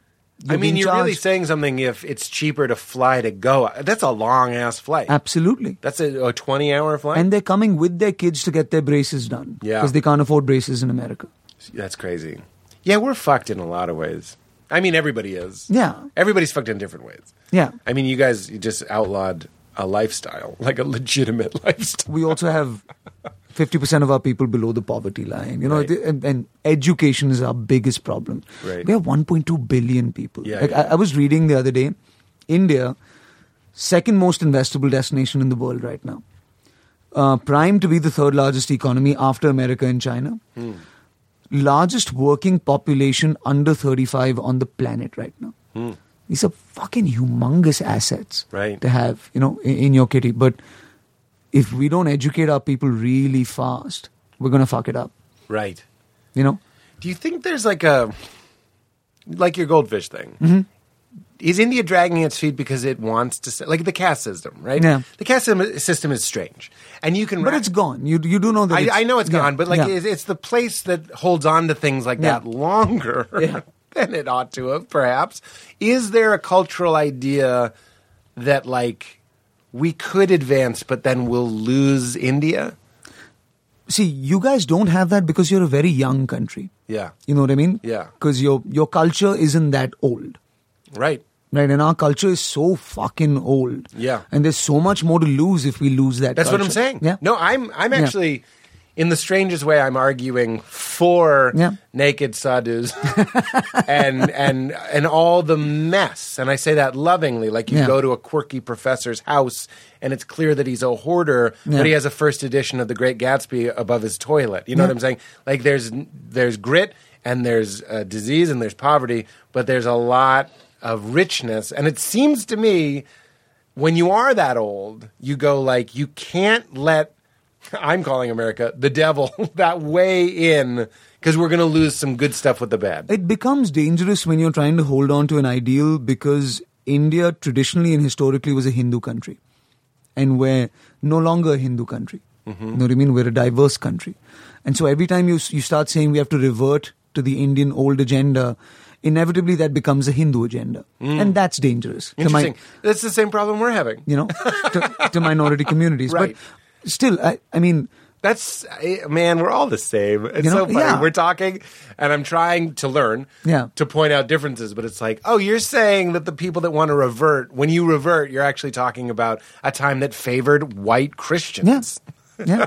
S4: I mean,
S5: being
S4: you're really
S5: charged-
S4: saying something if it's cheaper to fly to Goa. That's a long ass flight.
S5: Absolutely.
S4: That's a, a 20 hour flight.
S5: And they're coming with their kids to get their braces done.
S4: Yeah.
S5: Because they can't afford braces in America.
S4: That's crazy. Yeah, we're fucked in a lot of ways. I mean, everybody is.
S5: Yeah.
S4: Everybody's fucked in different ways.
S5: Yeah.
S4: I mean, you guys you just outlawed a lifestyle, like a legitimate lifestyle.
S5: we also have 50% of our people below the poverty line you know
S4: Right.
S5: the- and, and education is our biggest problem
S4: Right.
S5: we have 1.2 billion people
S4: Yeah,
S5: like
S4: yeah.
S5: I, I was reading the other day india second most investable destination in the world right now uh, primed to be the third largest economy after america and china largest working population under 35 on the planet right now these are fucking humongous assets
S4: Hmm. Right.
S5: to have you know in, in your kitty but if we don't educate our people really fast, we're going to fuck it up.
S4: Right.
S5: You know?
S4: Do you think there's like a like your goldfish thing?
S5: Mm-hmm.
S4: Is India dragging its feet because it wants to se- like the caste system, right?
S5: Yeah.
S4: The caste sym- system is strange, and you can
S5: But
S4: ra-
S5: it's gone. You you do know that.
S4: I,
S5: it's,
S4: I know it's
S5: yeah,
S4: gone, but like
S5: yeah.
S4: it's, it's the place that holds on to things like that
S5: Yeah.
S4: longer
S5: Yeah.
S4: than it ought to have. Perhaps is there a cultural idea that like we could advance, but then we'll lose India?
S5: see, you guys don't have that because you're a very young country.
S4: Yeah,
S5: You know what I mean?
S4: Yeah.
S5: Because your your culture isn't that old,
S4: right.
S5: right? And our culture is so fucking old.
S4: Yeah.
S5: And there's so much more to lose if we lose that.
S4: That's what I'm
S5: culture.
S4: saying.
S5: Yeah.
S4: No, I'm I'm
S5: Yeah.
S4: actually in the strangest way I'm arguing for
S5: Yeah.
S4: naked sadhus and and and all the mess. And I say that lovingly like you
S5: Yeah.
S4: go to a quirky professor's house and it's clear that he's a hoarder,
S5: Yeah.
S4: but he has a first edition of The Great Gatsby above his toilet. You know
S5: Yeah.
S4: what I'm saying? Like there's there's grit and there's uh, disease and there's poverty, but there's a lot of richness and it seems to me when you are that old, you go like you can't let I'm calling America the devil that way in because we're going to lose some good stuff with the bad.
S5: It becomes dangerous when you're trying to hold on to an ideal because India traditionally and historically was a Hindu country. And we're no longer a Hindu country.
S4: Mm-hmm.
S5: You know what I mean? We're a diverse country. And so every time you, you start saying we have to revert to the Indian old agenda, inevitably that becomes a Hindu agenda. And that's dangerous. to my-
S4: Mm. Interesting. That's the same problem we're having.
S5: you know, to, to minority communities.
S4: Right.
S5: But still, I, I mean,
S4: That's I- man, we're all the same. It's
S5: You know,
S4: so funny.
S5: yeah.
S4: We're talking, and I'm trying to learn
S5: Yeah.
S4: to point out differences, but it's like, oh, you're saying that the people that want to revert, when you revert, you're actually talking about a time that favored white Christians.
S5: Yes. Yeah.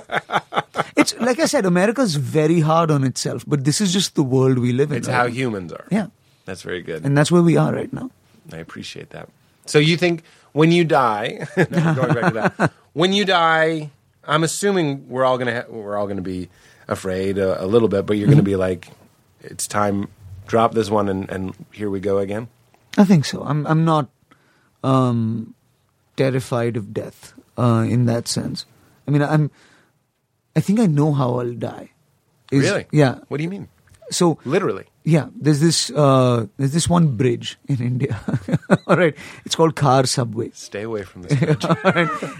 S5: it's like I said, America's very hard on itself, but this is just the world we live in.
S4: It's
S5: right?
S4: how humans are.
S5: Yeah.
S4: That's very good.
S5: And that's where we are right now.
S4: I appreciate that. So you think when you die, no, going back to that, when you die, I'm assuming we're all gonna ha- we're all gonna be afraid a, a little bit, but you're
S5: Mm-hmm.
S4: gonna be like, it's time, drop this one, and, and here we go again.
S5: I think so. I'm I'm not um, terrified of death uh, in that sense. I mean, I'm. I think I know how I'll die. Is-
S4: really?
S5: Yeah.
S4: What do you mean?
S5: So
S4: Literally.
S5: yeah, there's this uh, there's this one bridge in India. All right, it's called Khar Subway.
S4: Stay away from this. bridge.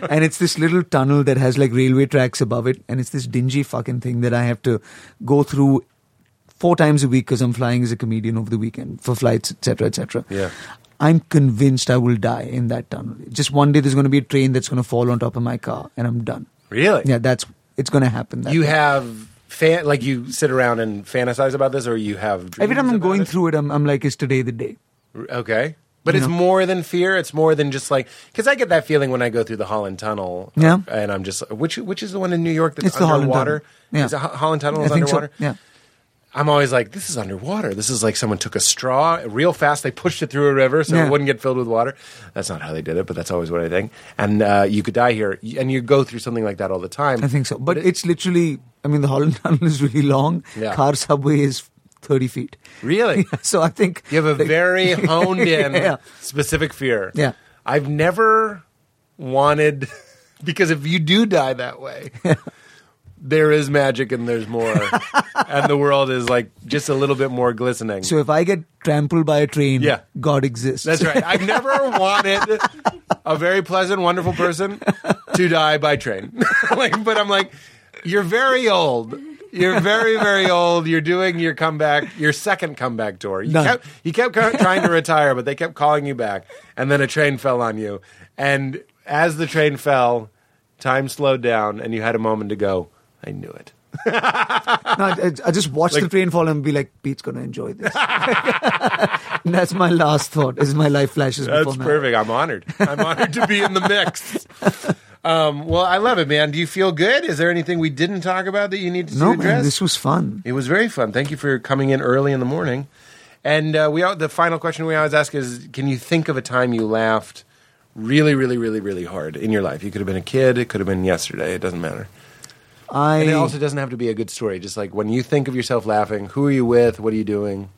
S5: and it's this little tunnel that has like railway tracks above it, and it's this dingy fucking thing that I have to go through four times a week because I'm flying as a comedian over the weekend for flights, etc., etc.
S4: Yeah.
S5: I'm convinced I will die in that tunnel. Just one day, there's going to be a train that's going to fall on top of my car, and I'm done.
S4: really?
S5: Yeah, that's it's going to happen. That
S4: You
S5: way.
S4: have fan like you sit around and fantasize about this, or you have
S5: every time
S4: dreams
S5: I'm
S4: about
S5: going
S4: it?
S5: through it, I'm, I'm like, is today the day?
S4: Okay. But
S5: You
S4: it's
S5: know?
S4: more than fear. It's more than just like because I get that feeling when I go through the Holland Tunnel. uh,
S5: Yeah.
S4: and I'm just which which is the one in New York that's
S5: It's the Holland
S4: underwater.
S5: Tunnel. Yeah.
S4: Is the Ho- Holland Tunnel
S5: I
S4: is
S5: think
S4: underwater.
S5: so. Yeah.
S4: I'm always like, this is underwater. This is like someone took a straw real fast. They pushed it through a river so
S5: Yeah.
S4: it wouldn't get filled with water. That's not how they did it, but that's always what I think. And uh, you could die here, and you go through something like that all the time.
S5: I think so. But it's literally, I mean, the Holland Tunnel is really long.
S4: Yeah.
S5: Car subway is 30 feet.
S4: Really?
S5: so I think.
S4: You have a
S5: like-
S4: very honed in
S5: Yeah.
S4: specific fear.
S5: Yeah.
S4: I've never wanted because if you do die that way, there is magic and there's more. and the world is like just a little bit more glistening.
S5: So if I get trampled by a train,
S4: Yeah.
S5: God exists.
S4: That's right. I've never wanted a very pleasant, wonderful person to die by train. like, but I'm like, you're very old. You're very, very old. You're doing your comeback, your second comeback tour. You
S5: Done.
S4: kept, you kept ca- trying to retire, but they kept calling you back. And then a train fell on you. And as the train fell, time slowed down, and you had a moment to go, I knew it.
S5: No, I, I just watch the
S4: Like-
S5: train fall and be like, Pete's going to enjoy this. And that's my last thought as my life flashes
S4: That's
S5: before my
S4: perfect. I'm honored. I'm honored to be in the mix. Um, well, I love it, man. Do you feel good? Is there anything we didn't talk about that you need to
S5: No,
S4: address?
S5: man, this was fun.
S4: it was very fun. Thank you for coming in early in the morning. And uh, we all, the final question we always ask is: Can you think of a time you laughed really, really, really, really hard in your life? You could have been a kid. It could have been yesterday. It doesn't matter.
S5: I
S4: And it also doesn't have to be a good story. Just like when you think of yourself laughing, who are you with? What are you doing?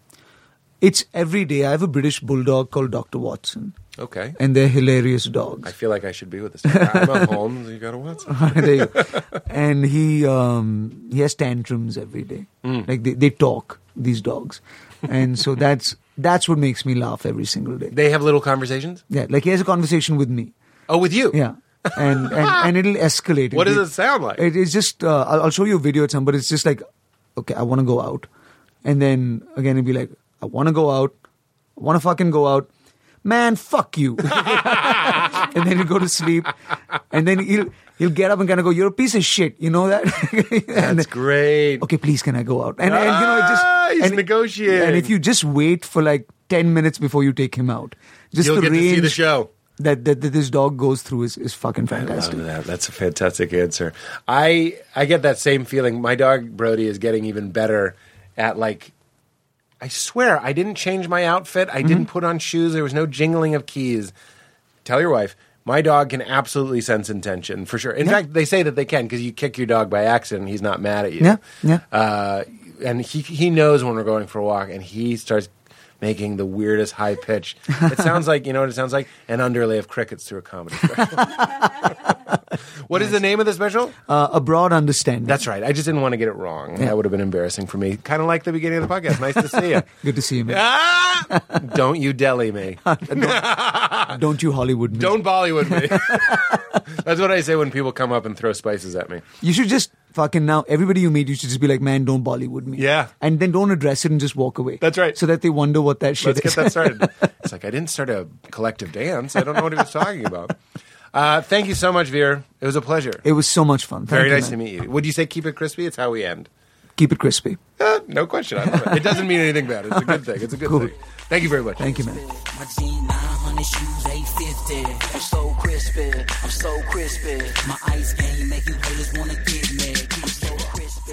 S5: It's every day. I have a British bulldog called Dr. Watson,
S4: Okay.
S5: and they're hilarious dogs.
S4: I feel like I should be with this. I'm a Holmes. You got a Watson.
S5: There you go. and he um, he has tantrums every day.
S4: Hmm.
S5: Like they, they talk these dogs, and so that's that's what makes me laugh every single day.
S4: They have little conversations.
S5: Yeah, like he has a conversation with me.
S4: Oh, with you?
S5: Yeah, and and, and it'll escalate.
S4: What does it sound like?
S5: It is just uh, I'll, I'll show you a video at some, but it's just like, okay, I want to go out, and then again it'll be like, I want to go out, I want to fucking go out. Man, fuck you. and then he'll go to sleep, and then he'll he'll get up and kind of go, "You're a piece of shit," you know that. and,
S4: That's great.
S5: okay, please can I go out? And, and you know, it just
S4: Ah, he's
S5: and,
S4: negotiating.
S5: And if you just wait for like ten minutes before you take him out, just
S4: You'll
S5: the
S4: get to
S5: range
S4: see the show.
S5: that, that that this dog goes through is is fucking
S4: I love
S5: fantastic.
S4: that. That's a fantastic answer. I I get that same feeling. My dog Brody is getting even better at like. I swear, I didn't change my outfit. I didn't
S5: Mm-hmm.
S4: put on shoes. There was no jingling of keys. Tell your wife. My dog can absolutely sense intention for sure. In
S5: Yeah.
S4: fact, they say that they can because you kick your dog by accident, he's not mad at you.
S5: Yeah, yeah.
S4: Uh, and he he knows when we're going for a walk, and he starts making the weirdest high pitch. It sounds like you know what it sounds like an underlay of crickets through a comedy special. What is the name of the special?
S5: Uh, a broad understanding.
S4: That's right. I just didn't want to get it wrong.
S5: Yeah.
S4: That would have been embarrassing for me. Kind of like the beginning of the podcast. Nice to see you.
S5: good to see you, man.
S4: ah! Don't you deli me.
S5: Don't you Hollywood me?
S4: Don't Bollywood me. That's what I say when people come up and throw spices at me.
S5: You should just fucking now everybody you meet. You should just be like, man, don't Bollywood me.
S4: Yeah.
S5: and then don't address it and just walk away.
S4: That's right.
S5: So that they wonder what that shit
S4: Let's get
S5: is.
S4: that started. It's like I didn't start a collective dance. I don't know what he was talking about. Uh, thank you so much, Veer. It was a pleasure.
S5: it was so much fun. Thank
S4: Very
S5: you,
S4: nice
S5: man.
S4: to meet you. Would you say keep it crispy? It's how we end.
S5: Keep it crispy.
S4: Uh, no question. I love it. it doesn't mean anything bad. It's a good thing. It's a good
S5: Cool.
S4: thing. Thank you very much.
S5: Thank you, man.
S6: My jean 900 shoes 850. I'm so crispy. I'm so crispy. My ice game make you haters wanna get me. I'm so crispy.